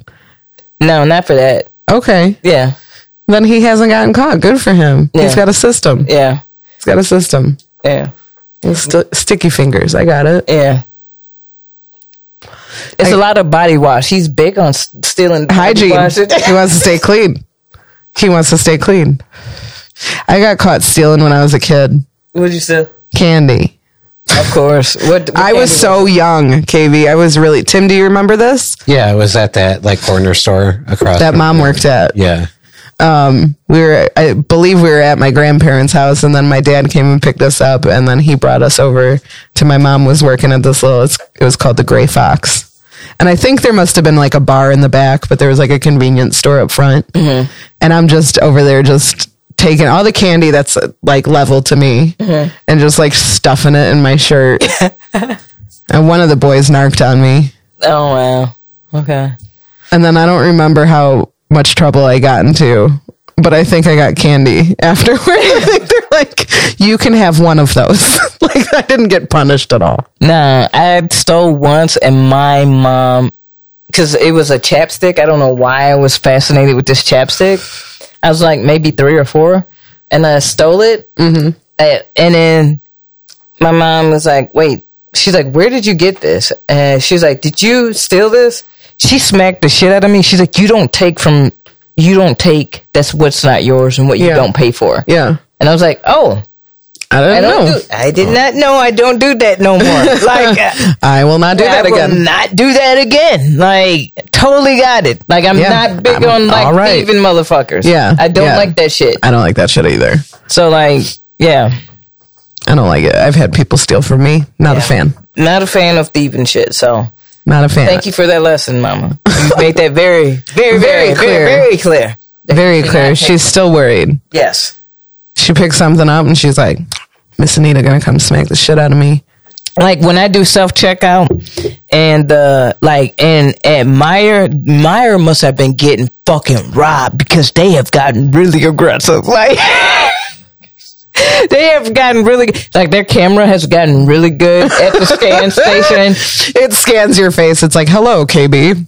No, not for that. Okay. Yeah, then he hasn't gotten caught. Good for him. He's Yeah. got a system. yeah, He's got a system. yeah, St- sticky fingers. I got it. yeah. It's a I- lot of body wash. He's big on s- stealing body Hygiene. wash. he wants to stay clean. He wants to stay clean. I got caught stealing when I was a kid. What'd you say? Candy. Of course. What, what I was candy so young, KV. I was really. Tim, do you remember this? Yeah, it was at that like corner store across That from- mom worked at. Yeah. We were, I believe, we were at my grandparents' house, and then my dad came and picked us up, and then he brought us over to my mom was working at this little. It's, it was called the Gray Fox, and I think there must have been like a bar in the back, but there was like a convenience store up front, and I'm just over there just taking all the candy that's uh, like level to me, and just like stuffing it in my shirt. and one of the boys narked on me, Oh wow. Okay. and then I don't remember how much trouble I got into, but I think I got candy (laughs) afterward. I think they're like, you can have one of those. (laughs) like, I didn't get punished at all. Nah, I stole once, and my mom, because it was a chapstick. I don't know why I was fascinated with this chapstick. I was like maybe three or four, and I stole it. Mm-hmm. And then my mom was like, "Wait," she's like, "Where did you get this?" And she's like, "Did you steal this?" She smacked the shit out of me. She's like, "You don't take from, you don't take. That's what's not yours, and what you Yeah. don't pay for." Yeah. And I was like, "Oh." I don't I don't. know. Do, I did not know. I don't do that (laughs) no more. like, uh, I will not do that I Will again. not do that again. Like totally got it. Like I'm Yeah, not big I'm- on like all right. thieving motherfuckers. Yeah, I don't yeah. like that shit. I don't like that shit either. So like, yeah, I don't like it. I've had people steal from me. Not a fan. not a fan of thieving shit. So Not a fan. thank you for that lesson, Mama. You made that very, (laughs) Very very, very, very clear. clear. Very, clear. Very clear. She's still worried. Yes. She picks something up and she's like, Miss Anita gonna come smack the shit out of me. like when I do self checkout and uh like and at Meyer Meyer must have been getting fucking robbed because they have gotten really aggressive. (laughs) Like they have gotten really like their camera has gotten really good at the scan station. It scans your face. It's like, hello, KB.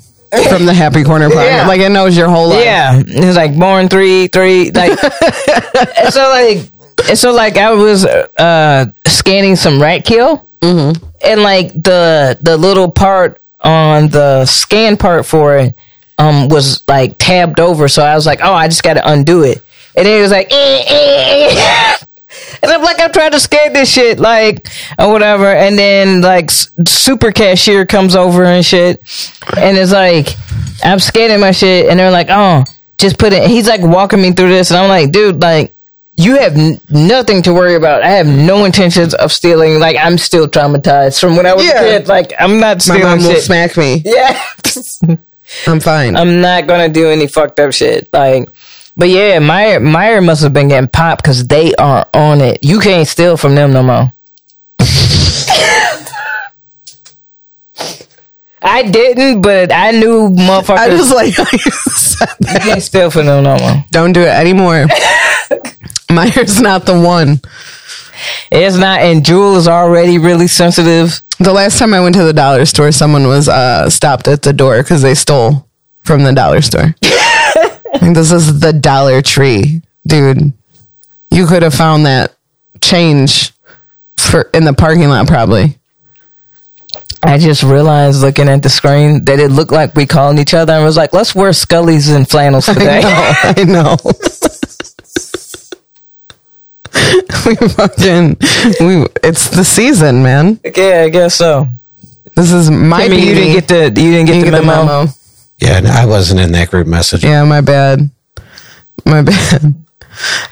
From the Happy Corner Podcast. Yeah. Like it knows your whole life. Yeah, it's like born three three like. and so like and so like I was uh scanning some rat kill, and like the the little part on the scan part for it um was like tabbed over, so I was like, oh, I just got to undo it, and then it was like. eh, eh, eh. (laughs) And I'm like, I'm trying to scan this shit, like, or whatever. And then, like, s- super cashier comes over and shit. And it's like, I'm scanning my shit. And they're like, oh, just put it. He's like walking me through this. And I'm like, dude, like, you have n- nothing to worry about. I have no intentions of stealing. Like, I'm still traumatized from when I was Yeah. a kid. Like, I'm not My stealing mom will shit. Um, smack me. yeah. (laughs) I'm fine. I'm not gonna do any fucked up shit. Like, But yeah, Meyer Meyer must have been getting popped because they are on it. You can't steal from them no more. I didn't, but I knew motherfuckers. I just like you can't steal from them no more. don't do it (laughs) anymore. Meyer's not the one. It's not, and Jewel is already really sensitive. The last time I went to the dollar store, someone was uh, stopped at the door because they stole from the dollar (laughs) store. I think this is the Dollar Tree, dude. You could have found that change for in the parking lot, probably. I just realized looking at the screen that it looked like we calling each other and was like, let's wear scullies and (laughs) flannels today. (laughs) I know. we fucking we. It's the season, man. yeah, I guess so. This is my I mean, beauty. you didn't get the you didn't get, You the, didn't get memo. Yeah, no, I wasn't in that group message. Yeah, my bad. My (laughs) bad.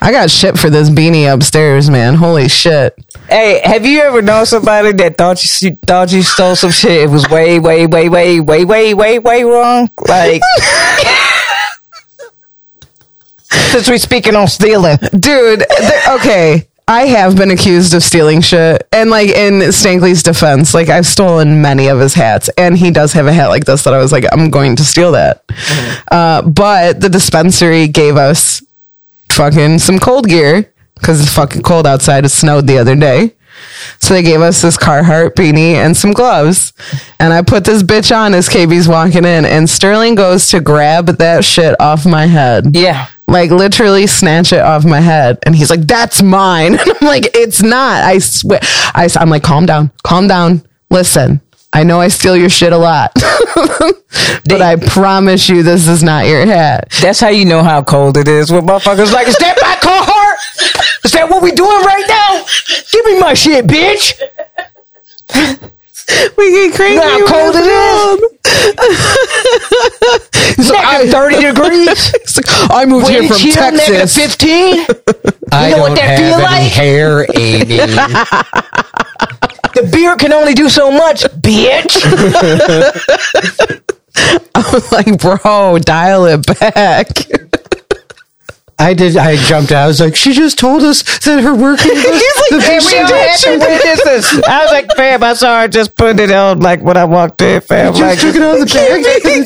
I got shit for this beanie upstairs, man. Holy shit. Hey, have you ever known somebody that thought you she thought you stole some shit? It was way, way, way, way, way, way, way, way wrong. Like, since we speaking on stealing, Dude, th- okay. I have been accused of stealing shit. And like in Stankley's defense, like I've stolen many of his hats. And he does have a hat like this that I was like, I'm going to steal that. Uh, but the dispensary gave us fucking some cold gear because it's fucking cold outside. It snowed the other day. So they gave us this Carhartt beanie and some gloves. And I put this bitch on as KB's walking in. And Sterling goes to grab that shit off my head yeah, like literally snatch it off my head and he's like that's mine (laughs) and i'm like it's not i swear I, am like calm down calm down listen i know i steal your shit a lot (laughs) but i promise you this is not your hat that's how you know how cold it is. When motherfuckers like, is that my cohort? Is that what we doing right now? Give me my shit, bitch. we get crazy You know how cold it is. it's like thirty degrees. is i moved Wind here from chill, negative texas (laughs) fifteen. I know what don't that have feel any like? hair, (laughs) Amy. The beer can only do so much, bitch. (laughs) like bro dial it back I did. I jumped out. I was like, she just (laughs) told us that her work. (laughs) he's like And we all had to witness this. I was like, fam, I saw her just putting it on like when I walked in, fam. Like, took it out of the bag.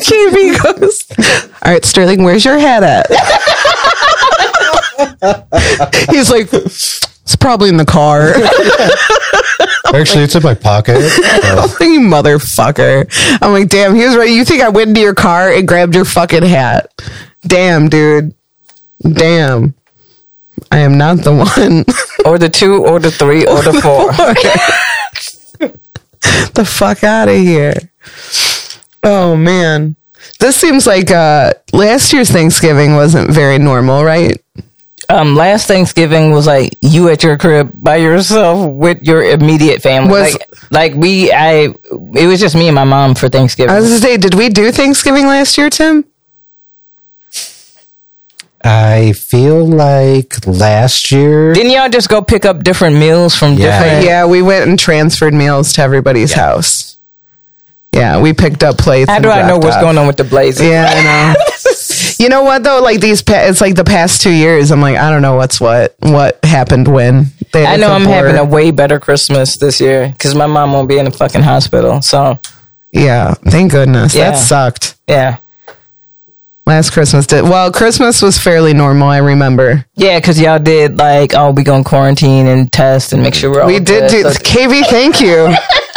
(laughs) KB goes, All right, Sterling, where's your hat (laughs) at? He's like, It's probably in the car. (laughs) Actually, it's in (laughs) my pocket. you motherfucker. I'm like, Damn, he was right. You think I went into your car and grabbed your fucking hat? Damn, dude. Damn. I am not the one. (laughs) or the two, or the three, or (laughs) the four. (laughs) the fuck out of here. Oh, man. This seems like uh, last year's Thanksgiving wasn't very normal, right? Um, last Thanksgiving was like you at your crib by yourself with your immediate family. Was- like, like we, I, it was just me and my mom for Thanksgiving. I was gonna say, did we do Thanksgiving last year, Tim? I feel like last year. Didn't y'all just go pick up different meals from Yeah. different? Uh, Yeah, we went and transferred meals to everybody's house. Yeah, we picked up plates. How do I know what's going on with the blazing? Yeah, I (laughs) know. you know what though? Like these, pa- it's like the past two years. I'm like, I don't know what's what, what happened when. They, I know it's I'm blur. having a way better Christmas this year because my mom won't be in the fucking hospital. So Yeah, thank goodness. That Yeah. sucked. yeah, Last Christmas did well. Christmas was fairly normal. I remember. yeah, because y'all did like, oh, we gonna quarantine and test and make sure Oh, we're all we did do good. KV. Thank (laughs) you.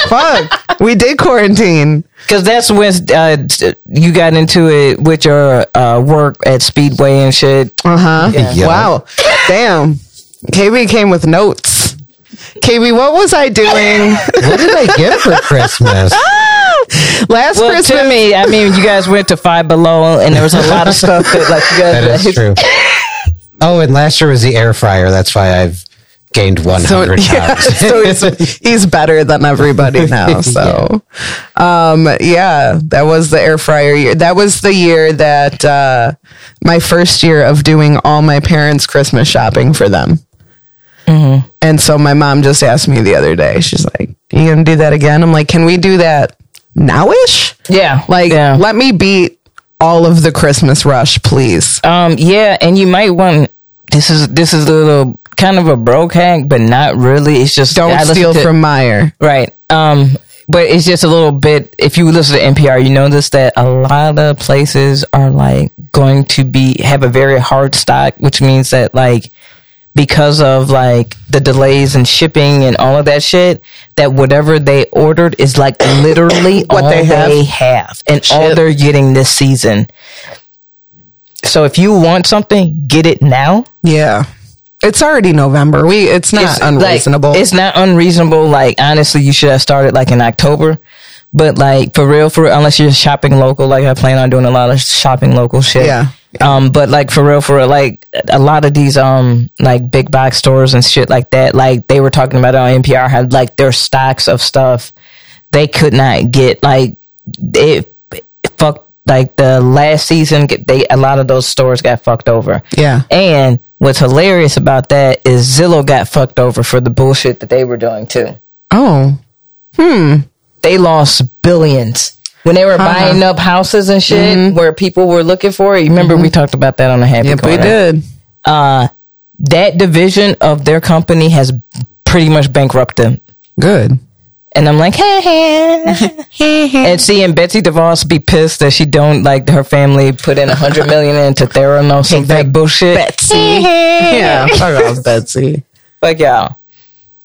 Fuck, we did quarantine. because that's when uh, t- you got into it with your uh, work at Speedway and shit. Uh huh. Yeah. Wow. Damn. KB came with notes. KB, what was I doing (laughs) What did I get for (laughs) Christmas? last Well, Christmas? to me, I mean, you guys went to Five Below, and there was a lot of stuff that like you guys. That is true. (laughs) Oh, and last year was the air fryer. That's why I've gained 100 (laughs) yeah, pounds. so he's, he's better than (laughs) everybody now. So, um, yeah, that was the air fryer year. That was the year that uh, my first year of doing all my parents' Christmas shopping for them. Mm-hmm. And so my mom just asked me the other day. She's like, "You gonna do that again?" I'm like, "Can we do that nowish?" Yeah, Like, yeah. let me beat all of the Christmas rush, please. Um, yeah, and you might want this is this is a little kind of a broke hack, but not really. It's just Don't I listen steal to- from Meyer. right. Um, but it's just a little bit. If you listen to NPR, you notice that a lot of places are like going to be have a very hard stock, which means that like because of like the delays and shipping and all of that shit, that whatever they ordered (coughs) is like literally What all they have. have and all they're getting this season. So if you want something, get it now. Yeah. It's already November. We it's not like, unreasonable. it's not unreasonable. Like honestly, you should have started like in October. But like for real, for real, unless you're shopping local, like I plan on doing a lot of shopping local shit. Yeah. Um, but like for real, for real, like a lot of these um like big box stores and shit like that, like they were talking about it on NPR had like their stocks of stuff they could not get like it, it fucked like the last season get- they a lot of those stores got fucked over. Yeah. And what's hilarious about that is Zillow got fucked over for the bullshit that they were doing too. oh. They lost billions. When they were Uh-huh. buying up houses and shit where people were looking for it. You remember we talked about that on the happy Mm-hmm. Yep, we Corner. Uh, did. That division of their company has pretty much bankrupted them. Good. And I'm like, hey, hey. (laughs) and seeing Betsy DeVos be pissed that she don't like her family put in a hundred million into Theranos some that bullshit. (laughs) Yeah. Fuck off, Betsy. Fuck y'all.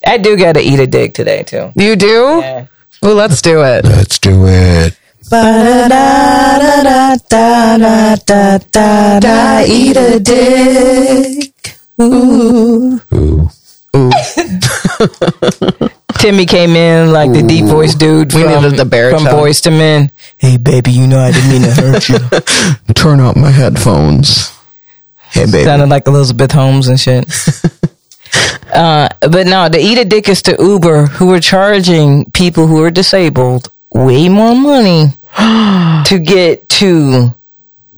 I do gotta eat a dick today too. You do? Yeah. Well, let's do it. Let's do it. Ooh. Timmy came in like the deep voice dude We from, needed the baritone. from Boys to Men. Hey baby, you know I didn't mean to hurt you. Turn up my headphones. Hey, baby. (laughs) Sounded like Elizabeth Holmes and (laughs) shit. uh, but no, the eat a dick is to Uber, who are charging people who are disabled way more (gasps) money to get to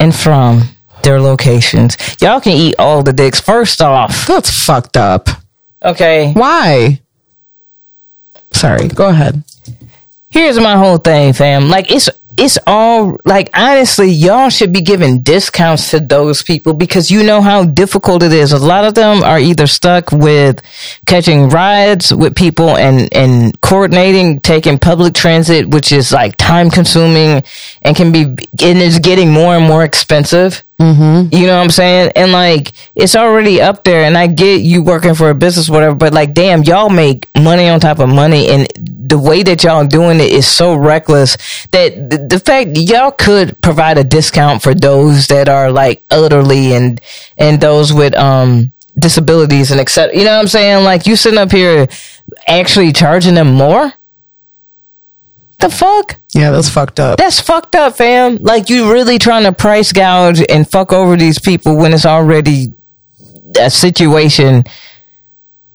and from their locations. Y'all can eat all the dicks. First off, That's fucked up. okay. Why? Sorry. Go ahead. here's my whole thing, fam. Like it's it's all like honestly, y'all should be giving discounts to those people because you know how difficult it is. A lot of them are either stuck with catching rides with people and and coordinating taking public transit, which is like time consuming and can be and is getting more and more expensive. You know what I'm saying? And like, it's already up there. And I get you working for a business, whatever, but like, damn, y'all make money on top of money. And the way that y'all doing it is so reckless that the, the fact y'all could provide a discount for those that are like elderly and, and those with, um, disabilities and etc. You know what I'm saying? Like, you sitting up here actually charging them more? The fuck? Yeah, that's fucked up. That's fucked up, fam. Like you really trying to price gouge and fuck over these people when it's already a situation.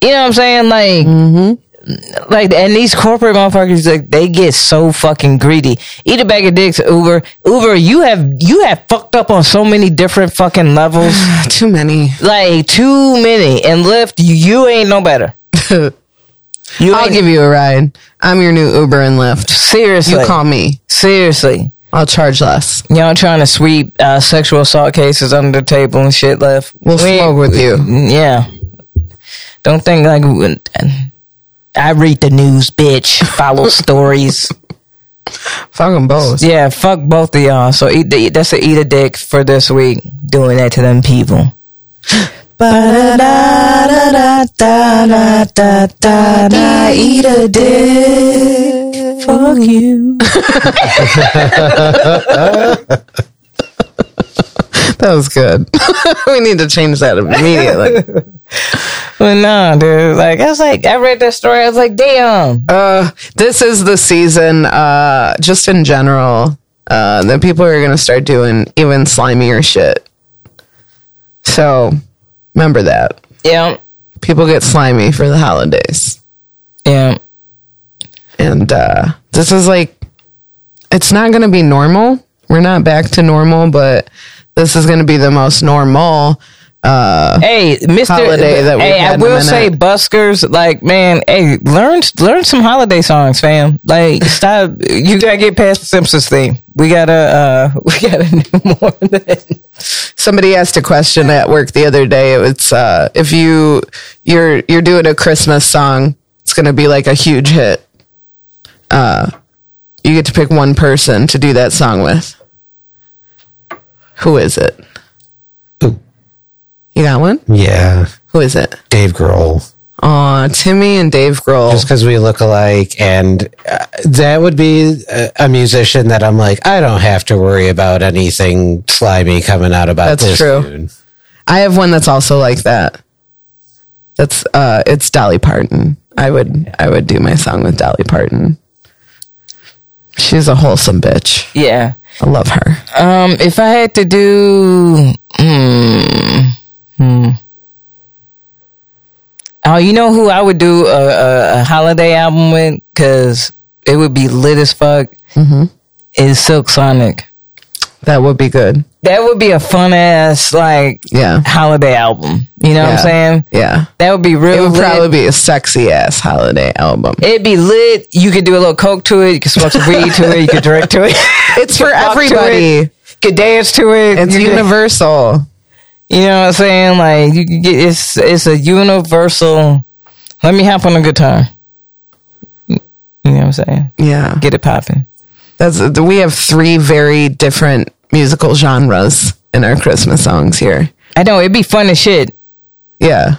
You know what I'm saying? Like, Mm-hmm. like, and these corporate motherfuckers, like, they get so fucking greedy. Eat a bag of dicks, Uber. Uber, you have you have fucked up on so many different (sighs) fucking levels, Too many. like too many. And Lyft, you, you ain't (laughs) no better. You I'll ain't- give you a ride. I'm your new Uber and Lyft. seriously. You call me. seriously. I'll charge less. Y'all trying to sweep uh, sexual assault cases under the table and shit left. We'll We- smoke with you. Yeah. Don't think like we- I read the news, bitch. (laughs) Follow stories. Fuck them both. Yeah, fuck both of y'all. So eat the, that's the eat a dick for this week. Doing that to them people. (gasps) Eat a dick. Fuck you. (laughs) That was good. (laughs) we need to change that immediately. (laughs) But nah, dude. Like I was like, I read that story. I was like, damn. uh, this is the season, uh, just in general, uh, that people are going to start doing even slimier shit. So remember that. Yeah, People get slimy for the holidays. yeah. and uh, this is like it's not going to be normal we're not back to normal but this is going to be the most normal hey, Mister. holiday that we've hey, had I in a will say, minute. buskers, like man, hey, learn learn some holiday songs, fam. (laughs) Like stop, you gotta get past the Simpsons thing. We gotta, uh (laughs) we (laughs) gotta do more. Than somebody asked a question at work the other day. It was uh, if you you're you're doing a Christmas song, it's going to be like a huge hit. Uh, you get to pick one person to do that song with. Who is it? You got one? Yeah. Who is it? Dave Grohl. Aw, Timmy and Dave Grohl. Just because we look alike. And uh, that would be uh, a, a musician that I'm like, I don't have to worry about anything slimy coming out about That's this true. dude. I have one that's also like that. That's uh it's Dolly Parton. I would I would do my song with Dolly Parton. She's a wholesome bitch. yeah. I love her. Um, if I had to do, hmm, hmm. Oh, you know who I would do a, a, a holiday album with? Because it would be lit as fuck. Mm-hmm. Is Silk Sonic. That would be good. That would be a fun ass, like, Yeah. holiday album. You know what I'm Yeah. saying? Yeah. That would be real. It would lit. probably be a sexy ass holiday album. It'd be lit. You could do a little coke to it. You could smoke some weed to it. You could drink to it. (laughs) It's for Walk to everybody. it, You could dance to it. It's you could- universal. You know what I'm saying? Like you can get it's it's a universal. Let me hop on the guitar. You know what I'm saying? Yeah. Get it popping. That's we have three very different musical genres in our Christmas songs here. I know it'd be fun as shit. Yeah.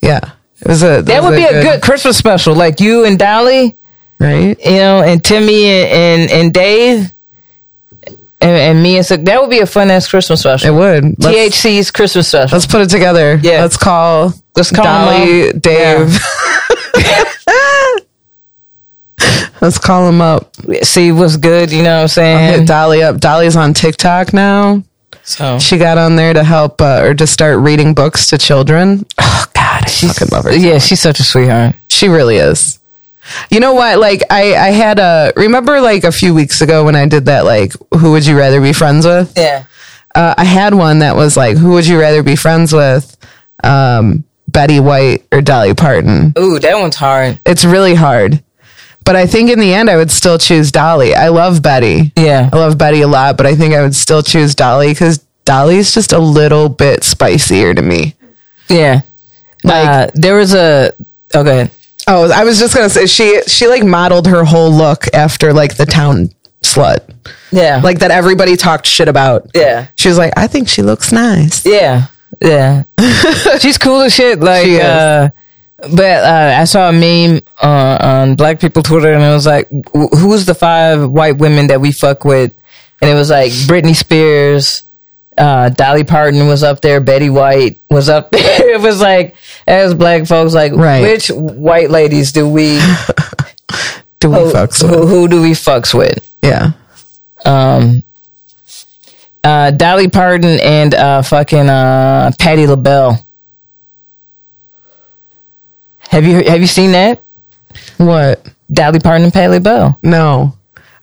Yeah. It was a That would be a good Christmas special, like you and Dolly, right? you know, and Timmy and and, and Dave, and, and me and so that would be a fun ass Christmas It special. would. Let's- THC's Christmas special. Let's put it together. Yeah. Let's call Let's call Dolly, him um, up. Dave. (laughs) Let's call him up. See what's good. You know what I'm Hit saying? Dolly up. Dolly's on TikTok now. So She got on there to help uh, or to start reading books to children. Oh God, I fucking love her. yeah, she's such a sweetheart. She really is. You know what? Like I, I had a remember like a few weeks ago when I did that like who would you rather be friends with? Yeah. uh, I had one that was like, who would you rather be friends with, um, Betty White or Dolly Parton? Ooh, that one's hard. It's really hard, but I think in the end, I would still choose Dolly. I love Betty. Yeah. I love Betty a lot, but I think I would still choose Dolly because Dolly's just a little bit spicier to me. Yeah. uh, there was a okay. Oh, I was just gonna say she she like modeled her whole look after like the town slut, Yeah. like that everybody talked shit about. yeah. She was like, I think she looks nice. Yeah. (laughs) Yeah. She's cool as shit. Like She is. uh but uh, I saw a meme uh, on Black People Twitter, and it was like, wh- "Who's the five white women that we fuck with?" And it was like Britney Spears, uh, Dolly Parton was up there, Betty White was up (laughs) there. it was like, as black folks, like, Right. which white ladies do we Do we who, fucks with? who, who do we fucks with? Yeah. Um, uh, Dolly Parton and uh, fucking uh, Patty LaBelle. Have you have you seen that? What? Dolly Parton and Patty LaBelle. No.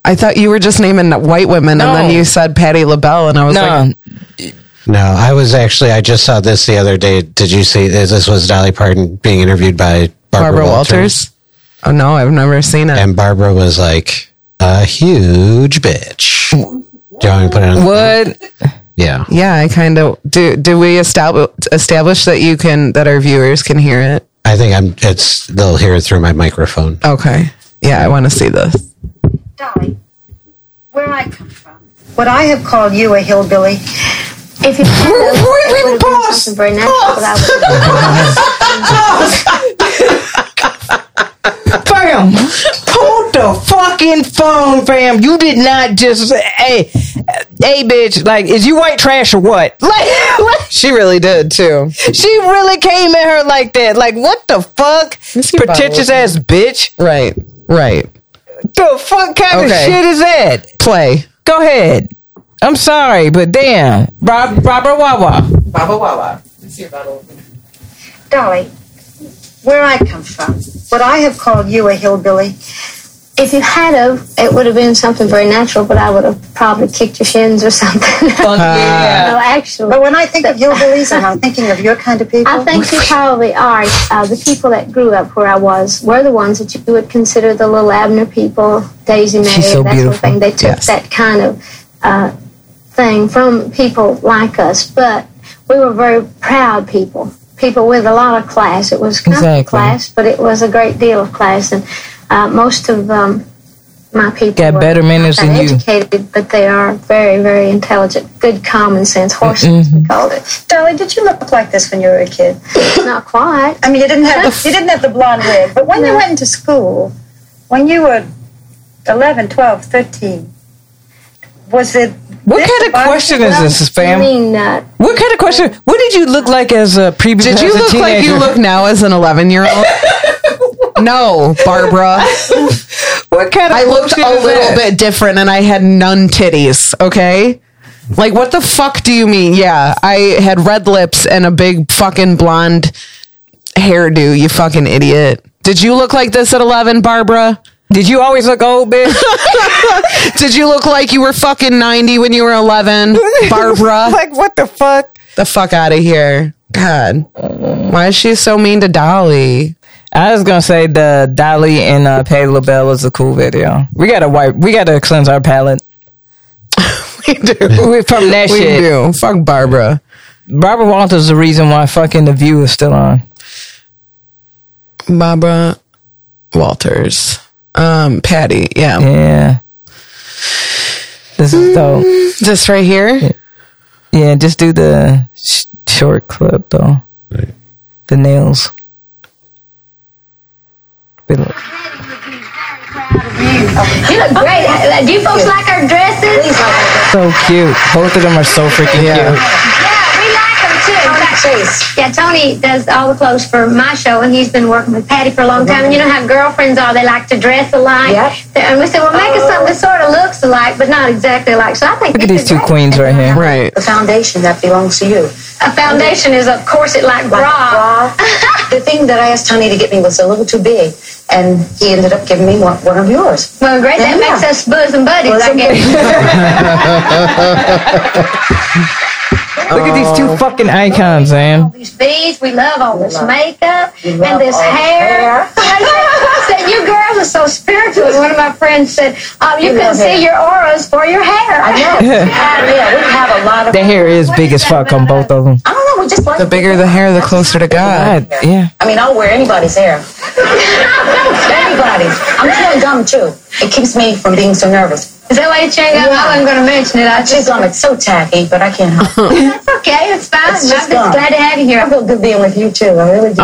I thought you were just naming white women No. and then you said Patty LaBelle and I was No, like, No, I was actually, I just saw this the other day. Did you see this? This was Dolly Parton being interviewed by Barbara, Barbara Walters. Walters? Oh no, I've never seen it. And Barbara was like, a huge bitch. Do you want me to put it on? what? Yeah. yeah, I kind of do. Do we establish establish that you can that our viewers can hear it? I think I'm, it's, they'll hear it through my microphone. Okay. Yeah, I want to see this. Dolly, where I come from, what I have called you a hillbilly. If it it would have been something very natural, but I was Fam, (laughs) hold the fucking phone, fam. You did not just hey, hey, bitch. Like, is you white trash or what? (laughs) Like, like She really did too. she really came at her like that. Like, what the fuck, Let's see about pretentious ass bitch? Right. Right. The fuck Okay. kind of shit is that? Play. Go ahead. I'm sorry, but damn, Rob, Robert Wawa. (laughs) Dolly, where I come from, what I have called you a hillbilly. If you had of, it would have been something very natural, but I would have probably kicked your shins or something. (laughs) no, actually. But when I think of hillbillies and I'm thinking of your kind of people, I think you probably are. Uh, the people that grew up where I was were the ones that you would consider the little Abner people, Daisy May, so that sort beautiful. of thing. They took Yes. that kind of uh, thing from people like us, but we were very proud people, people with a lot of class. It was kind Exactly. of class, but it was a great deal of class, and uh, most of um, my people Got were better manners not than you. Educated, but they are very, very intelligent. Good common sense horses, Mm-hmm. we called it. Dolly, did you look like this when you were a kid? (laughs) Not quite. I mean, you didn't have the, you didn't have the blonde wig, but when you No. went into school, when you were 11, 12, 13, was it? What this kind of body question is that- this, I fam? mean, uh, What kind of question? What did you look like as a pre? Did you look like you look now as an 11 year (laughs) old? no, Barbara. What kind of I looked a bullshit is little that? bit different and I had none titties, okay? Like, what the fuck do you mean? Yeah, I had red lips and a big fucking blonde hairdo, you fucking idiot. Did you look like this at 11, Barbara? Did you always look old, bitch? (laughs) Did you look like you were fucking 90 when you were (laughs) 11, Barbara? like what the fuck? the fuck out of here. God. Why is she so mean to Dolly? I was gonna say the Dolly and uh, Patti LaBelle is a cool video. We gotta wipe. We gotta cleanse our palate. (laughs) We do. (laughs) We from that We shit. do. Fuck Barbara. Barbara Walters is the reason why fucking The View is still on. Barbara Walters. Um, Patty. Yeah. Yeah. This is dope. This right here. Yeah, just do the sh- short clip though. The nails. They look- you look (laughs) great. Uh, Do you folks like our dresses? So cute. Both of them are so freaking cute. Yeah, we like them too. Yeah, Tony does all the clothes for my show, and he's been working with Patty for a Mm-hmm. long time. And you know how girlfriends are; they like to dress alike. They- And we said, well, make Oh. it something that sort of looks alike, but not exactly alike. So I think Look at these two queens right here. Right. The foundation that belongs to you. A foundation is a corset like Like bra. bra. (laughs) the thing that I asked Tony to get me was a little too big, and he ended up giving me one, one of yours. Well, great. That Yeah. makes us bosom buddies, I guess. Look at these Oh. two fucking icons, man. These beads, we love all this makeup and love this all this hair. hair. I said, you girls are so spiritual. One of my friends said, um, you couldn't love see your auras for your hair. I (laughs) know. yeah, we have a lot of. The hair is big as fuck on both of them. I don't know. We just like The bigger the hair, the closer to God. God, yeah. I mean, I'll wear anybody's hair. anybody's. I'm chewing gum too. It keeps me from being so nervous. Is that why you changed up? I wasn't going to mention it. I I chew just, gum. It's so tacky, but I can't help. it. that's okay. It's fine. It's I'm just just gone. glad to have you here. I feel good being with you too. I really do.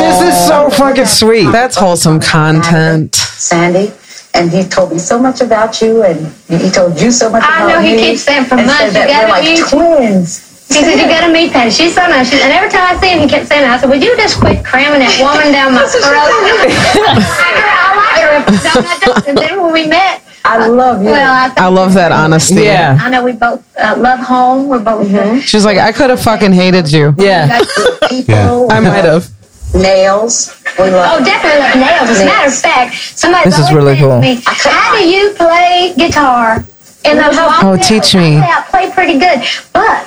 This is so fucking sweet. Oh. That's wholesome content. Sandy, and he told me so much about you, and he told you so much I about know, he me, keeps saying for and months, said you that gotta we're like meet- twins. He said, you got to meet Patty. She's so nice. She's, and every time I see him, he kept saying, I said, would you just quit cramming that woman down (laughs) my throat? (laughs) I like (laughs) her. I like her. And then when we met, I love you. well, I, think I love that honesty. Yeah. I know we both uh, love home. We're both Mm-hmm. She's like, I could have fucking hated you. Yeah. people, I might have. nails. We Oh, love. definitely love nails. As a matter of fact, somebody's This is always really said to cool. me, How do you play guitar? In those long Oh, videos?" teach me. I say, "I play pretty good, but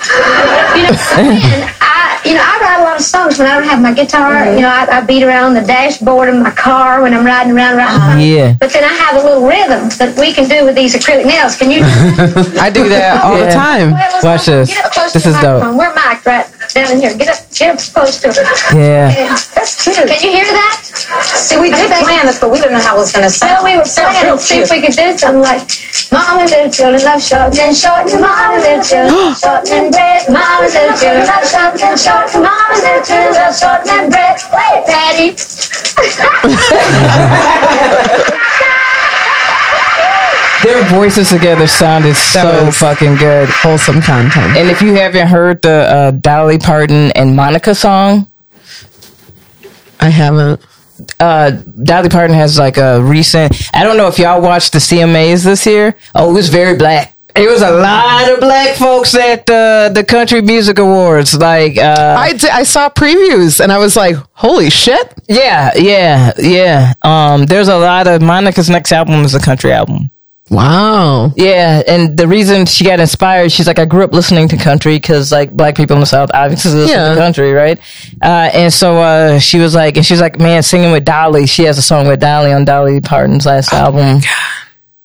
you know, and I, you know, I write a lot of songs when I don't have my guitar. You know, I, I beat around the dashboard of my car when I'm riding around. Riding (laughs) songs. Uh-huh. Yeah. But then I have a little rhythm that we can do with these acrylic nails. Can you? (laughs) I do that all the Yeah. time. Well, let's Watch go- this. Get up close This to the is dope. microphone. We're mic'd right down in here. Get up, get up close to it. Yeah. That's cute. Can you hear that? See, we did plan this, but we didn't know how it was going to So sound. we were Sounds trying real to see cute. if we could do something like Mama little children love shorts and shorts Mama little children shorts and bread Mama little children love shorts and shorts Mama little children love shorts and bread Play it, Patty (laughs) Their voices together sounded so was- fucking good. Wholesome content. And if you haven't heard the uh, Dolly Parton and Monica song, I haven't. uh, Dolly Parton has like a recent. I don't know if y'all watched the CMAs this year. Oh, it was very black. It was a lot of black folks at the the country music awards. Like, uh, I di- I saw previews and I was like, holy shit. yeah, yeah, yeah. Um, there's a lot of Monica's next album is a country album. Wow. Yeah, and the reason she got inspired, she's like, I grew up listening to country because like black people in the South obviously listen Yeah. to country, right? Uh, and so uh, she was like, and she's like, man, singing with Dolly. She has a song with Dolly on Dolly Parton's last album.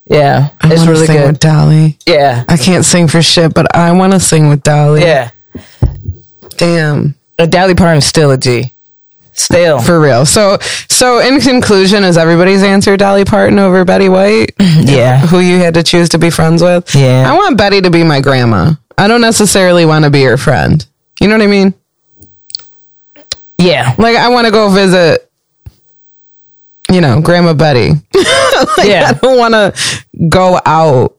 Yeah, Oh I it's wanna really sing with good. Dolly. Yeah, I can't sing for shit, but I want to sing with Dolly. yeah. Damn. Uh, Dolly Parton's still a G. Still, For real. So, so in conclusion, is everybody's answer Dolly Parton over Betty White? yeah. who you had to choose to be friends with. Mm-hmm. Yeah. I want Betty to be my grandma. I don't necessarily want to be her friend. You know what I mean? (laughs) Yeah, Like I want to go visit you know, Grandma Betty. (laughs) I yeah. don't want to go out.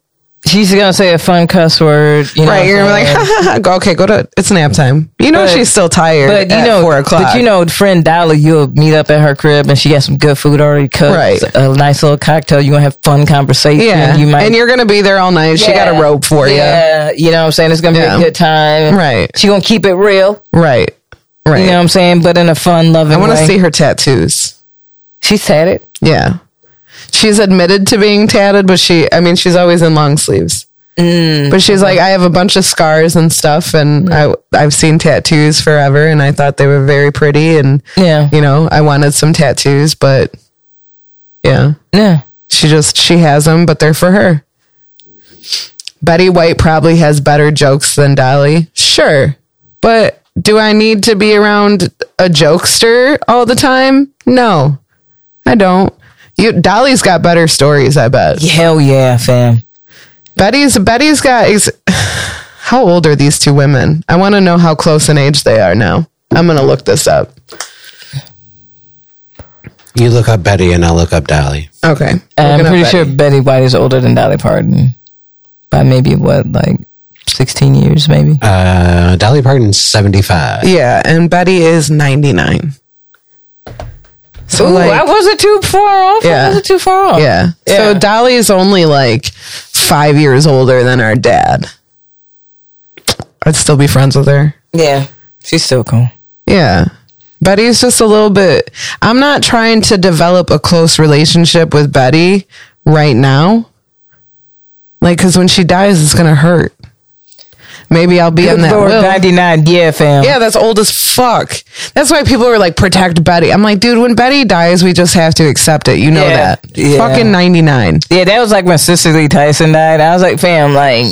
She's gonna say a fun cuss word, you know. right. You're what gonna I'm be like, (laughs) saying? go, okay, go to it's nap time. You know But- she's still tired. But you at know, four o'clock. but you know, friend Dolly, you'll meet up at her crib, and she got some good food already cooked. Right. a nice little cocktail. You gonna have fun conversation. yeah, you might. and you're gonna be there all night. She got a Yeah. rope for Yeah, you know what I'm saying. It's gonna be Yeah. a good time. you. Right, She gonna keep it real. right, right. You know what I'm saying, but in a fun, loving. I want to way. see her tattoos. She's had it. Yeah. She's admitted to being tatted, but she, I mean, she's always in long sleeves. but she's like, I have a bunch of scars and stuff, and I, I've seen tattoos forever, and I thought they were very pretty, and, Yeah. you know, I wanted some tattoos, but yeah. Yeah. She just, she has them, but they're for her. Betty White probably has better jokes than Dolly. Sure. But do I need to be around a jokester all the time? No, I don't. You, Dolly's got better stories, I bet. Hell yeah, fam. Betty's Betty's got. Ex- (sighs) how old are these two women? I want to know how close in age they are now. I'm gonna look this up. You look up Betty and I'll look up Dolly. Okay, I'm Looking up pretty Betty. sure Betty White is older than Dolly Parton by maybe what, like 16 years, maybe. Uh, Dolly Parton's (laughs) 75. Yeah, and Betty is 99. So like, wasn't too far off. Yeah. too far off. yeah. So Yeah. Dolly's only like five years older than our dad. I'd still be friends with her. Yeah. She's still cool. Yeah. Betty's just a little bit. I'm not trying to develop a close relationship with Betty right now. Like, because when she dies, it's going to hurt. Maybe I'll be on that. Lord, will. 99. Yeah, fam. Yeah, that's old as fuck. That's why people were like, protect Betty. I'm like, dude, when Betty dies, we just have to accept it. You know Yeah. that. Yeah. Fucking 99. Yeah, that was like when Cicely Tyson died. I was like, fam, like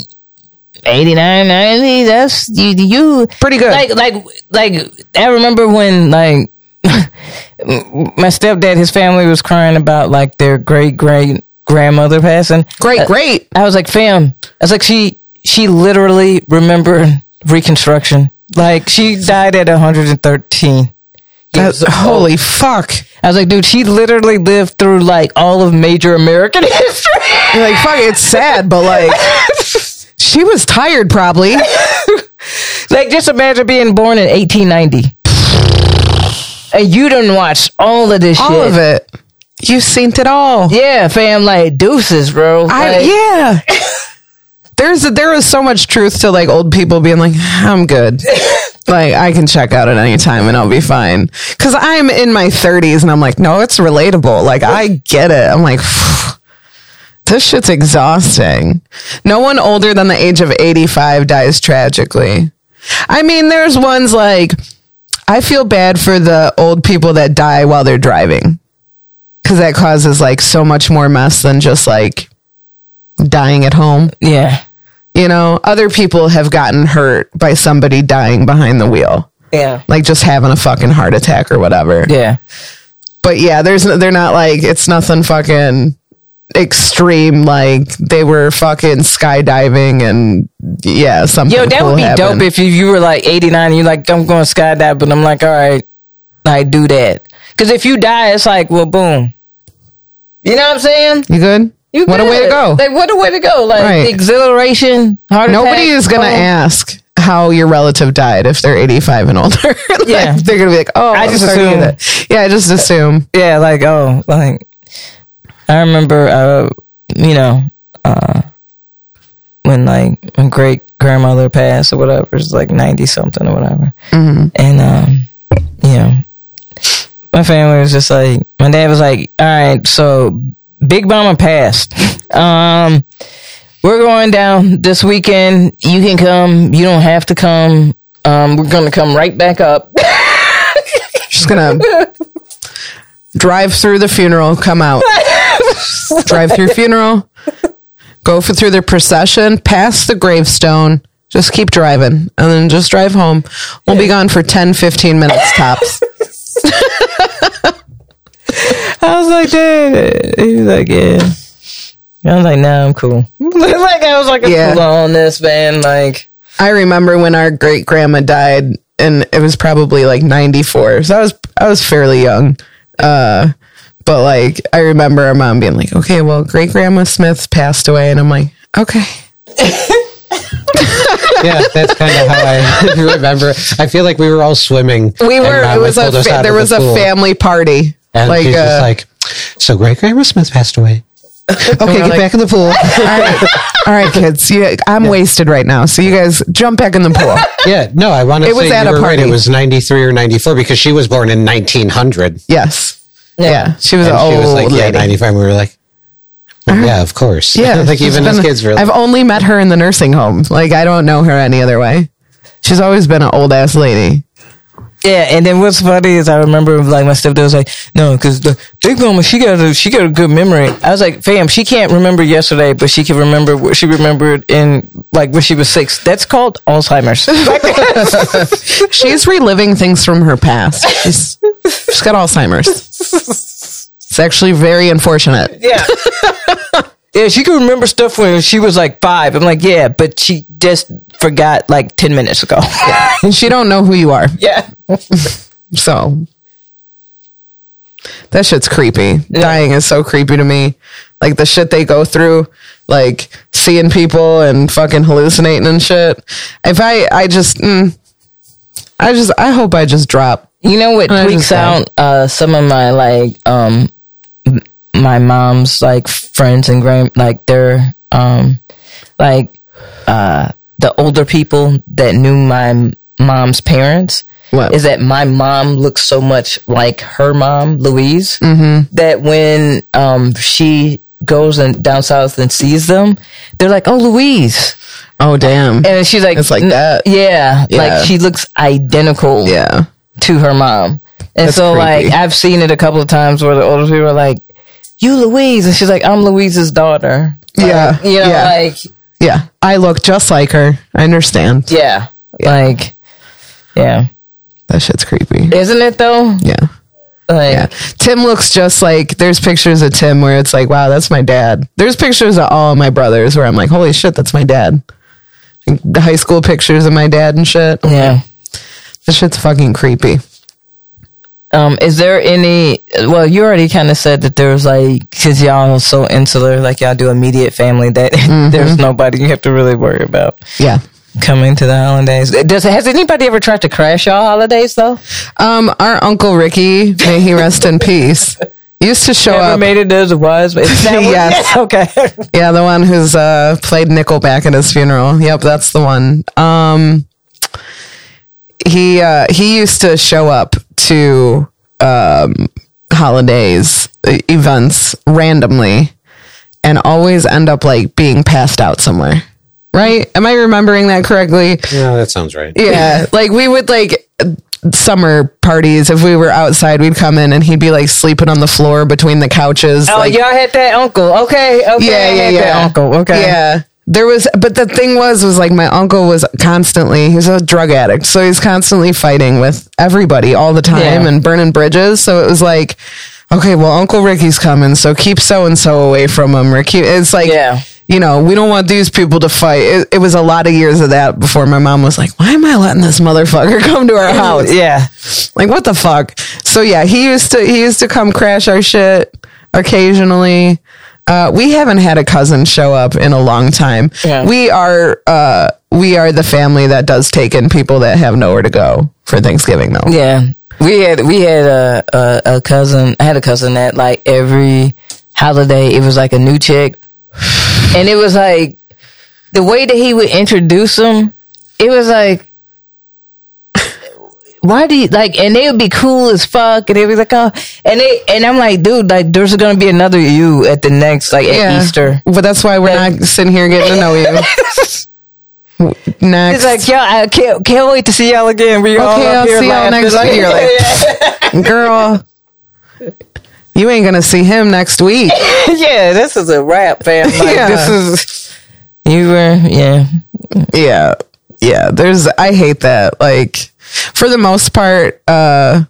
89, 90, that's you, you Pretty good. Like, like, like, I remember when, like, (laughs) my stepdad, his family was crying about, like, their great great grandmother passing. Great, (laughs) great. I was like, fam, I was like, she, she literally remembered Reconstruction. Like, she died at 113. That's, holy fuck. I was like, dude, she literally lived through, like, all of major American (laughs) history. You're like, fuck, it's sad, but like, she was tired probably. Like, just imagine being born in 1890. and you done watched all of this all shit. of it. You've seen it all. Yeah, fam, like, deuces, bro. I, Like, yeah. (laughs) There's there is so much truth to like old people being like, I'm (laughs) good. like I can check out at any time and I'll be fine. Cause I'm in my thirties and I'm like, no, it's relatable. Like I get it. I'm like, (sighs) this shit's exhausting. No one older than the age of 85 dies tragically. I mean, there's ones like, I feel bad for the old people that die while they're driving. Cause that causes like so much more mess than just like dying at home. Yeah. You know, other people have gotten hurt by somebody dying behind the wheel, Yeah. like just having a fucking heart attack or whatever. Yeah. But yeah, there's they're not like it's nothing fucking extreme like they were fucking skydiving and yeah, something. Yo, that cool would be happened. dope if you, you were like 89 and you're like, I'm going skydive, but I'm like, all right, like, do that. Because if you die, it's like, well, boom. You know what I'm saying? You good? You what a way to good. go. Like, what a way to go. Like, Right. the exhilaration, heart Nobody attack, is gonna boom. ask how your relative died if they're 85 and older. (laughs) Like, Yeah. they're gonna be like, oh, I I'm just sorry to hear assume. that. Yeah, I just assume. Yeah, like oh, like I remember, uh, you know, uh, when like my great grandmother passed or whatever. It's like ninety something or whatever. And um, you know, my family was just like my dad was like, all right, so Big Mama passed. um, we're going down this weekend. You can come. You don't have to come. Um, we're gonna come right back up. She's gonna drive through the funeral, come out, drive through funeral, go for, through the procession, pass the gravestone, just keep driving, and then just drive home. We'll be gone for 10, 15 minutes tops. I was like, Dad. He was like, yeah. I was like, nah, I'm cool. (laughs) like I was like, I'm Yeah. cool on this, man. Like, I remember when our great grandma died, and it was probably like ninety four. So I was I was fairly young, uh, but like I remember our mom being like, "Okay, well, great grandma Smith passed away," and I'm like, "Okay, yeah, that's kind of how I (laughs) remember. I feel like we were all swimming. we and were. It Mama was a pulled us fa- out there of the was a pool. family party, And like, she's uh, just like, so great grandma Smith passed away. Okay, get like- back in the (laughs) pool. all right, all right, kids, you, I'm wasted right now, so you guys jump back in the (laughs) pool." yeah, no, I want to. It was say at you a were right. party. It was ninety three or ninety four because she was born in nineteen hundred. yes, yeah. she was And an she old was like, yeah, lady. 95. We were like, yeah, of course. Uh-huh. Yeah, (laughs) like she's even been- as kids were I've like, only met her in the nursing home. Like I don't know her any other way. She's always been an old ass lady. yeah. And then what's funny is I remember like my stepdad was like, no, because the big mama, she got a she got a good memory. I was like, fam, she can't remember yesterday, but she can remember what she remembered in like when she was six. That's called (laughs) Alzheimer's. She's reliving things from her past. She's, she's got Alzheimer's. It's actually very unfortunate. Yeah. yeah, she can remember stuff when she was like five. I'm like, yeah, but she just forgot like 10 minutes ago. And she don't know who you are. yeah. (laughs) So that shit's creepy. Dying is so creepy to me. Like the shit they go through, like seeing people and fucking hallucinating and shit. If I, I just, mm, I just, I hope I just drop. You know what I tweaks understand. out uh, some of my like um m- my mom's like friends and grand like their um like uh the older people that knew my m- mom's parents What? is that my mom looks so much like her mom Louise Mm-hmm. that when um she goes and down south and sees them they're like oh Louise Oh damn. and she's like It's like "N- that. yeah, Yeah. like she looks identical Yeah. to her mom. And That's so creepy. like I've seen it a couple of times where the older people are like, You Louise and she's like, I'm Louise's daughter. Yeah. You know, yeah. like yeah. I look just like her. I understand. yeah, Like Yeah. That shit's creepy. Isn't it though? Yeah. Like Yeah. Tim looks just like there's pictures of Tim where it's like, wow, that's my dad. There's pictures of all my brothers where I'm like, holy shit, that's my dad. The high school pictures of my dad and shit. Yeah. That shit's fucking creepy. Um, is there any? Well, you already kind of said that there's like, since y'all are so insular, like y'all do immediate family, that (laughs) Mm-hmm. there's nobody you have to really worry about Yeah. coming to the holidays. Does has anybody ever tried to crash y'all holidays though? Um, our uncle Ricky, may he rest in peace, used to show Ever up. made it as a (laughs) wise? Is that what- Uh, Yes. (laughs) okay. Yeah, the one who's uh, played Nickelback at his funeral. Yep, that's the one. Um, he uh, he used to show up to um, holidays uh, events randomly, and always end up like being passed out somewhere. Right? Am I remembering that correctly? yeah, that sounds right. Yeah, (laughs) like we would like summer parties if we were outside. We'd come in and he'd be like sleeping on the floor between the couches. Oh, like, y'all had that uncle. Okay, okay. yeah, I yeah, had yeah. That uncle. Okay. Yeah. There was, but the thing was, was like my uncle was constantly, he was a drug addict. So he's constantly fighting with everybody all the time Yeah. and burning bridges. So it was like, okay, well, Uncle Ricky's coming. So keep so and so away from him. Or keep, it's like, Yeah. you know, we don't want these people to fight. It, it was a lot of years of that before my mom was like, why am I letting this motherfucker (laughs) come to our house? Yeah. Like what the fuck? So yeah, he used to he used to come crash our shit occasionally. Uh, we haven't had a cousin show up in a long time. Yeah. We are uh, we are the family that does take in people that have nowhere to go for Thanksgiving though. Yeah. We had we had a, a a cousin. I had a cousin that like every holiday it was like a new chick, and it was like the way that he would introduce them, it was like, (laughs) why do you like? And they would be cool as fuck, and they was like, oh, and they and I'm like, dude, like there's gonna be another you at the next like at Easter. But that's why we're not sitting here getting to know you. (laughs) It's Next. like, yo, I can't, can't wait to see y'all again. We all okay, up I'll here see y'all laughing, next like- week. You're like, girl, you ain't gonna see him next week. (laughs) yeah, this is a wrap, fam. Like, Yeah. This is (laughs) you were, yeah, yeah yeah there's i hate that like for the most part uh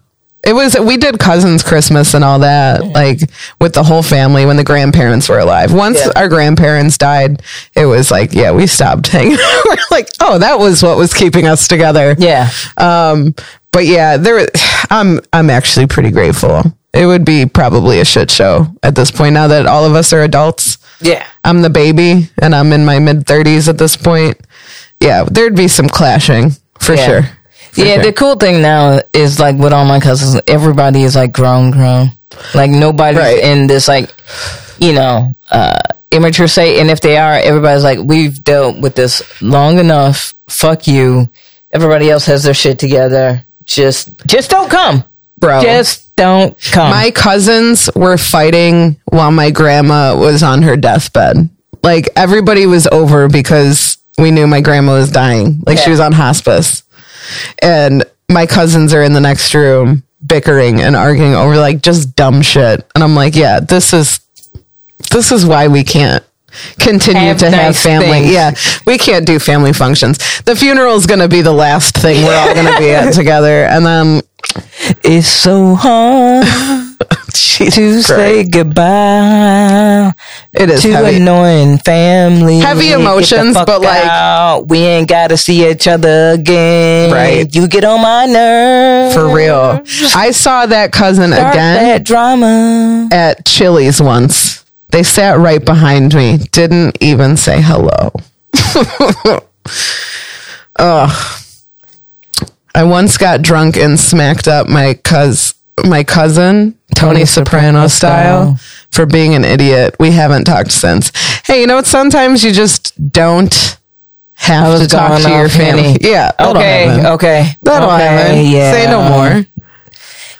it was we did cousins christmas and all that like with the whole family when the grandparents were alive once our grandparents died it was like yeah we stopped hanging (laughs) we're like oh that was what was keeping us together yeah. um but yeah there i'm i'm actually pretty grateful it would be probably a shit show at this point now that all of us are adults Yeah. I'm the baby and I'm in my mid 30s at this point. Yeah, there'd be some clashing for Yeah. sure. For yeah, sure. the cool thing now is like with all my cousins, everybody is like grown, grown. Like nobody's Right. in this like, you know, uh, immature state. And if they are, everybody's like, we've dealt with this long enough. Fuck you. Everybody else has their shit together. Just, just don't come, bro. Just don't come. my cousins were fighting while my grandma was on her deathbed. Like everybody was over because we knew my grandma was dying. Like she was on hospice. And my cousins are in the next room bickering and arguing over like just dumb shit. And I'm like, yeah, this is this is why we can't continue Have to have nice family. things. Yeah. We can't do family functions. The funeral's gonna be the last thing we're all gonna be (laughs) at together. And then It's so (laughs) hard to say goodbye it is to heavy. annoying family. Heavy Get the emotions, fuck but, like- out. we ain't gotta see each other again. Right. You get on my nerves For real. I saw that cousin Start again that drama. at Chili's once. They sat right behind me, didn't even say hello. (laughs) Ugh. I once got drunk and smacked up my cuz my cousin Tony Soprano style for being an idiot. We haven't talked since. Hey, you know what? Sometimes you just don't have was to talk going to your off, Henny. family. Yeah. that'll happen. Okay. Okay. That'll okay, happen. Yeah. Say no more.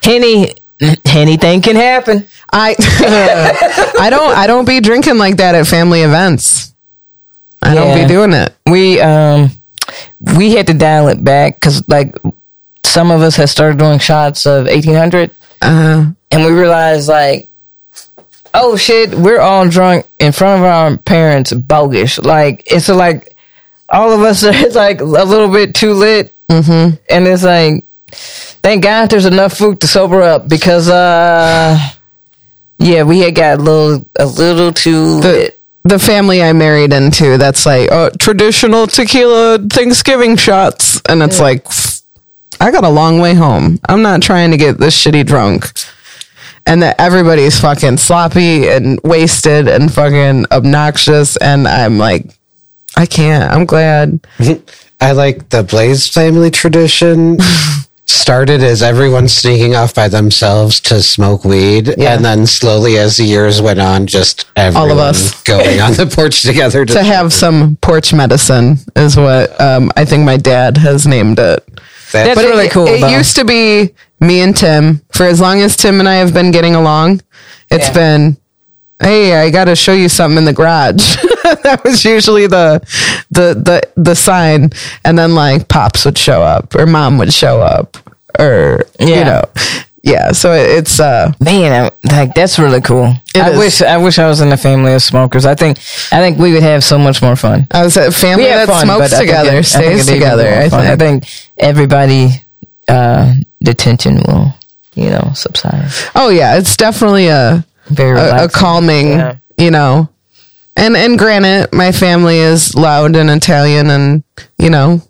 Henny. (clears throat) Anything can happen. I (laughs) I don't I don't be drinking like that at family events. I don't Yeah. be doing it. we um we had to dial it back because like some of us had started doing shots of 1800 Uh, and we realized like oh shit we're all drunk in front of our parents bogus like it's like all of us (laughs) are like a little bit too lit mm-hmm. and it's like thank god there's enough food to sober up because uh yeah we had got a little a little too the lit the family I married into that's like oh, traditional tequila Thanksgiving shots, and it's like pff, I got a long way home. I'm not trying to get this shitty drunk. And that everybody's fucking sloppy and wasted and fucking obnoxious. And I'm like, I can't. I'm glad. I like the Blaze (laughs) family tradition. Started as everyone sneaking off by themselves to smoke weed, and then slowly, as the years went on, just everyone of us. (laughs) going on the porch together to have some porch medicine is what um, I think my dad has named it. (laughs) That, That's but it- really cool, It though. used to be me and Tim for as long as Tim and I have been getting along. It's Yeah. been, hey, I got to show you something in the garage. (laughs) that was usually the the the the sign, and then like pops would show up or mom would show up or you Yeah. know. Yeah, so it- it's uh Man, I, like that's really cool. It I is. wish I wish I was in a family of smokers. I think I think we would have so much more fun. I was a family We have that fun, smokes but I think together, it- I think stays it'd be together. more I fun. think. I think everybody uh, the tension will you know subside. Oh yeah, it's definitely a Very a, a relaxing. calming, Yeah. you know. And and granted, my family is loud and Italian, and you know,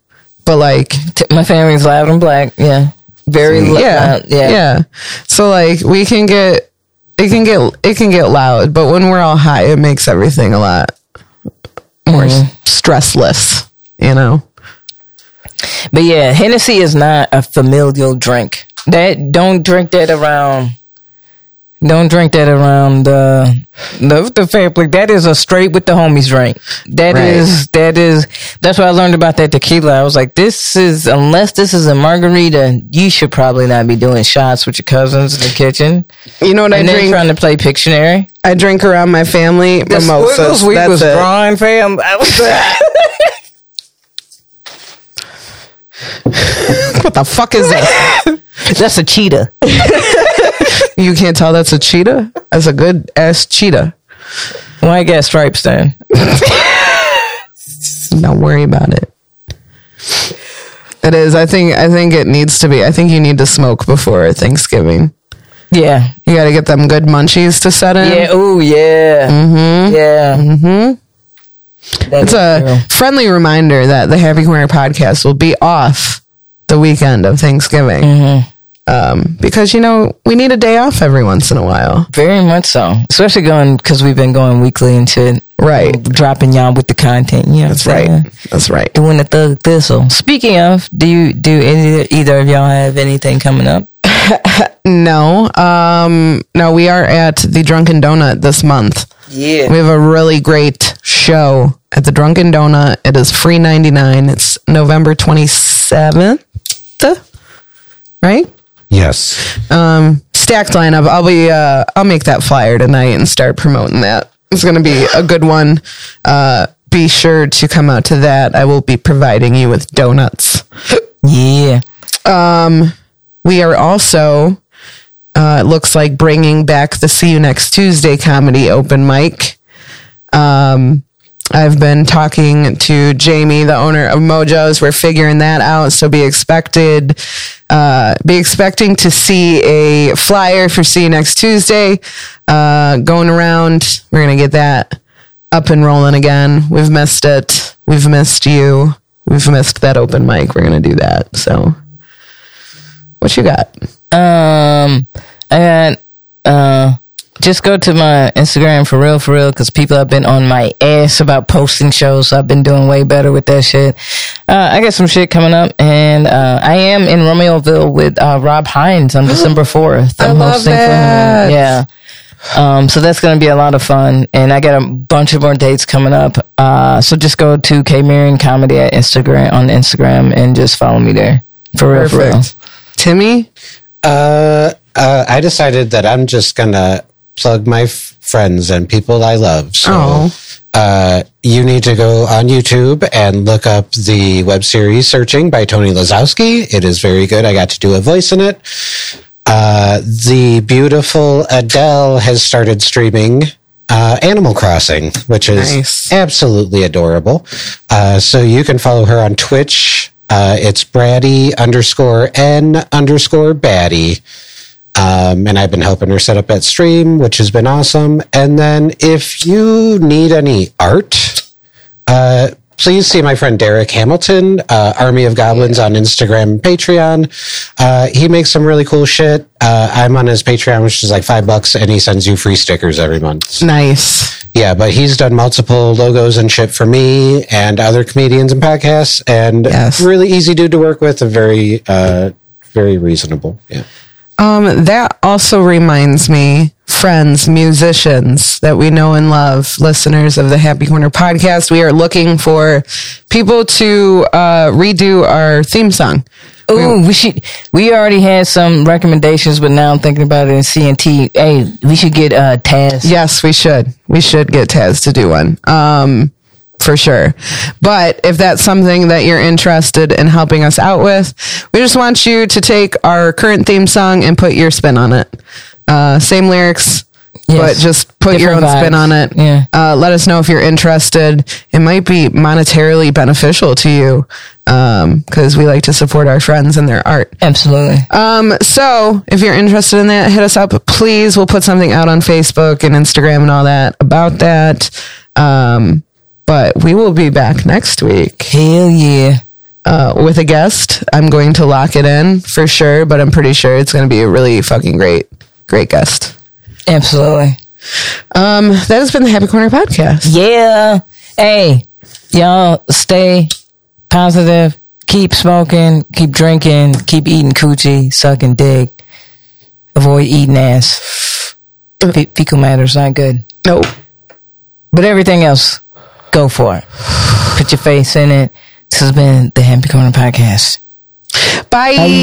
but like, T- My family's loud and black. Yeah, very lo- yeah, loud. Yeah, So like, we can get it can get it can get loud, but when we're all high, it makes everything a lot more Mm-hmm. s- stressless, you know. But yeah, Hennessy is not a familial drink. That don't drink that around Don't drink that around uh, the the family. That is a straight with the homies drink. That Right. is that is that's what I learned about that tequila. I was like, this is unless this is a margarita, you should probably not be doing shots with your cousins in the kitchen You know what I and then drink? trying to play Pictionary. I drink around my family mimosas. we That's was it. drawing, fam. (laughs) I was- What the fuck is that? (laughs) that's a cheetah. (laughs) you can't tell that's a cheetah. That's a good ass cheetah. Well, I got stripes then. Don't worry about it. It is. I think. I think it needs to be. I think you need to smoke before Thanksgiving. Yeah. You got to get them good munchies to set in. Yeah. Ooh. Yeah. Mm-hmm. Yeah. Mm-hmm. It's a friendly reminder that the Happy Corner podcast will be off the weekend of Thanksgiving. Mm-hmm. Um, because, you know, we need a day off every once in a while. Very much so, especially going because we've been going weekly and shit, Right. dropping y'all with the content. Yeah, that's That's right. Doing the thug thistle. Speaking of, do you do any either of y'all have anything coming up? No, um, no, we are at the Drunken Donut this month. Yeah, We have a really great show at the Drunken Donut. It is free 99. It's November 27th, right? Yes. stacked lineup. I'll be uh, I'll make that flyer tonight and start promoting that. It's going to be a good one. Uh, be sure to come out to that. I will be providing you with donuts. Um, yeah. We are also uh, it looks like bringing back the See You Next Tuesday comedy open mic. Um, I've been talking to Jamie, the owner of Mojo's. We're figuring that out, so be expected. Uh, be expecting to see a flyer for See You Next Tuesday uh, going around. We're gonna get that up and rolling again. We've missed it. We've missed you. We've missed that open mic. We're gonna do that. So, what you got? Um, I got uh, just go to my Instagram for real, for real, because people have been on my ass about posting shows. So I've been doing way better with that shit. Uh, I got some shit coming up, and uh, I am in Romeoville with uh, Rob Hines (gasps) on December fourth. I'm love that. for him. Yeah. Um, so that's going to be a lot of fun, and I got a bunch of more dates coming up. Uh, so just go to K Marion Comedy at Instagram on Instagram and just follow me there for real, for real. Timmy, Uh, uh, I decided that I'm just gonna plug my f- friends and people I love. So, Oh. uh, you need to go on YouTube and look up the web series "Searching" by Tony Lazowski. It is very good. I got to do a voice in it. Uh, the beautiful Adele has started streaming uh, Animal Crossing, which is Nice. absolutely adorable. Uh, so you can follow her on Twitch. Uh, it's Braddy underscore N underscore Batty. Um, and I've been helping her set up that stream, which has been awesome. And then if you need any art, uh, please see my friend Derek Hamilton, uh, Army of Goblins on Instagram and Patreon. Uh, he makes some really cool shit. Uh, I'm on his Patreon, which is like five bucks, and he sends you free stickers every month. nice. Yeah, but he's done multiple logos and shit for me and other comedians and podcasts, and Yes. really easy dude to work with and very, uh, very reasonable. Yeah. Um, that also reminds me, friends, musicians that we know and love, listeners of the Happy Corner podcast, we are looking for people to uh, redo our theme song. Ooh, we should. We already had some recommendations, but now I'm thinking about it in CNT. Hey, we should get uh Taz. Yes, we should. We should get Taz to do one. Um, for sure. But if that's something that you're interested in helping us out with, we just want you to take our current theme song and put your spin on it. Uh, same lyrics, Yes. but just put your own Different spin vibes. on it. Yeah. Uh, let us know if you're interested. It might be monetarily beneficial to you because we like to support our friends and their art. Absolutely. Um, so if you're interested in that, hit us up, please. We'll put something out on Facebook and Instagram and all that about that. Um, but we will be back next week Hell yeah. uh, with a guest. I'm going to lock it in for sure, but I'm pretty sure it's going to be a really fucking great, great guest. Absolutely. Um, that has been the Happy Corner podcast. Yeah. Hey, y'all, stay positive. Keep smoking. Keep drinking. Keep eating coochie. Sucking dick. Avoid eating ass. P- fecal matter's not good. Nope. But everything else, go for it. Put your face in it. This has been the Happy Corner Podcast. Bye.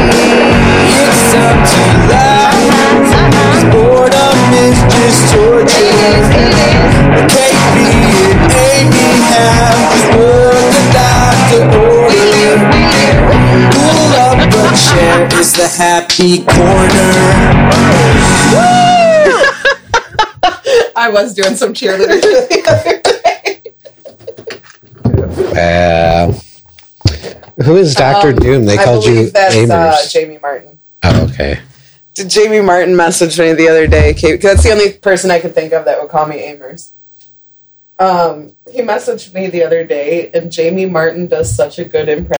It's time to laugh. Boredom is just torture. Take me, it ain't me half. This world that I've to order. Pull up a chair is the happy corner. I was doing some cheerleading. Wow. Uh, Who is Doctor Doom? (laughs) They called you uh, Amers. Jamie Martin. oh, okay. Did Jamie Martin message me the other day? Because that's the only person I could think of that would call me Amers. Um, he messaged me the other day, and Jamie Martin does such a good impression.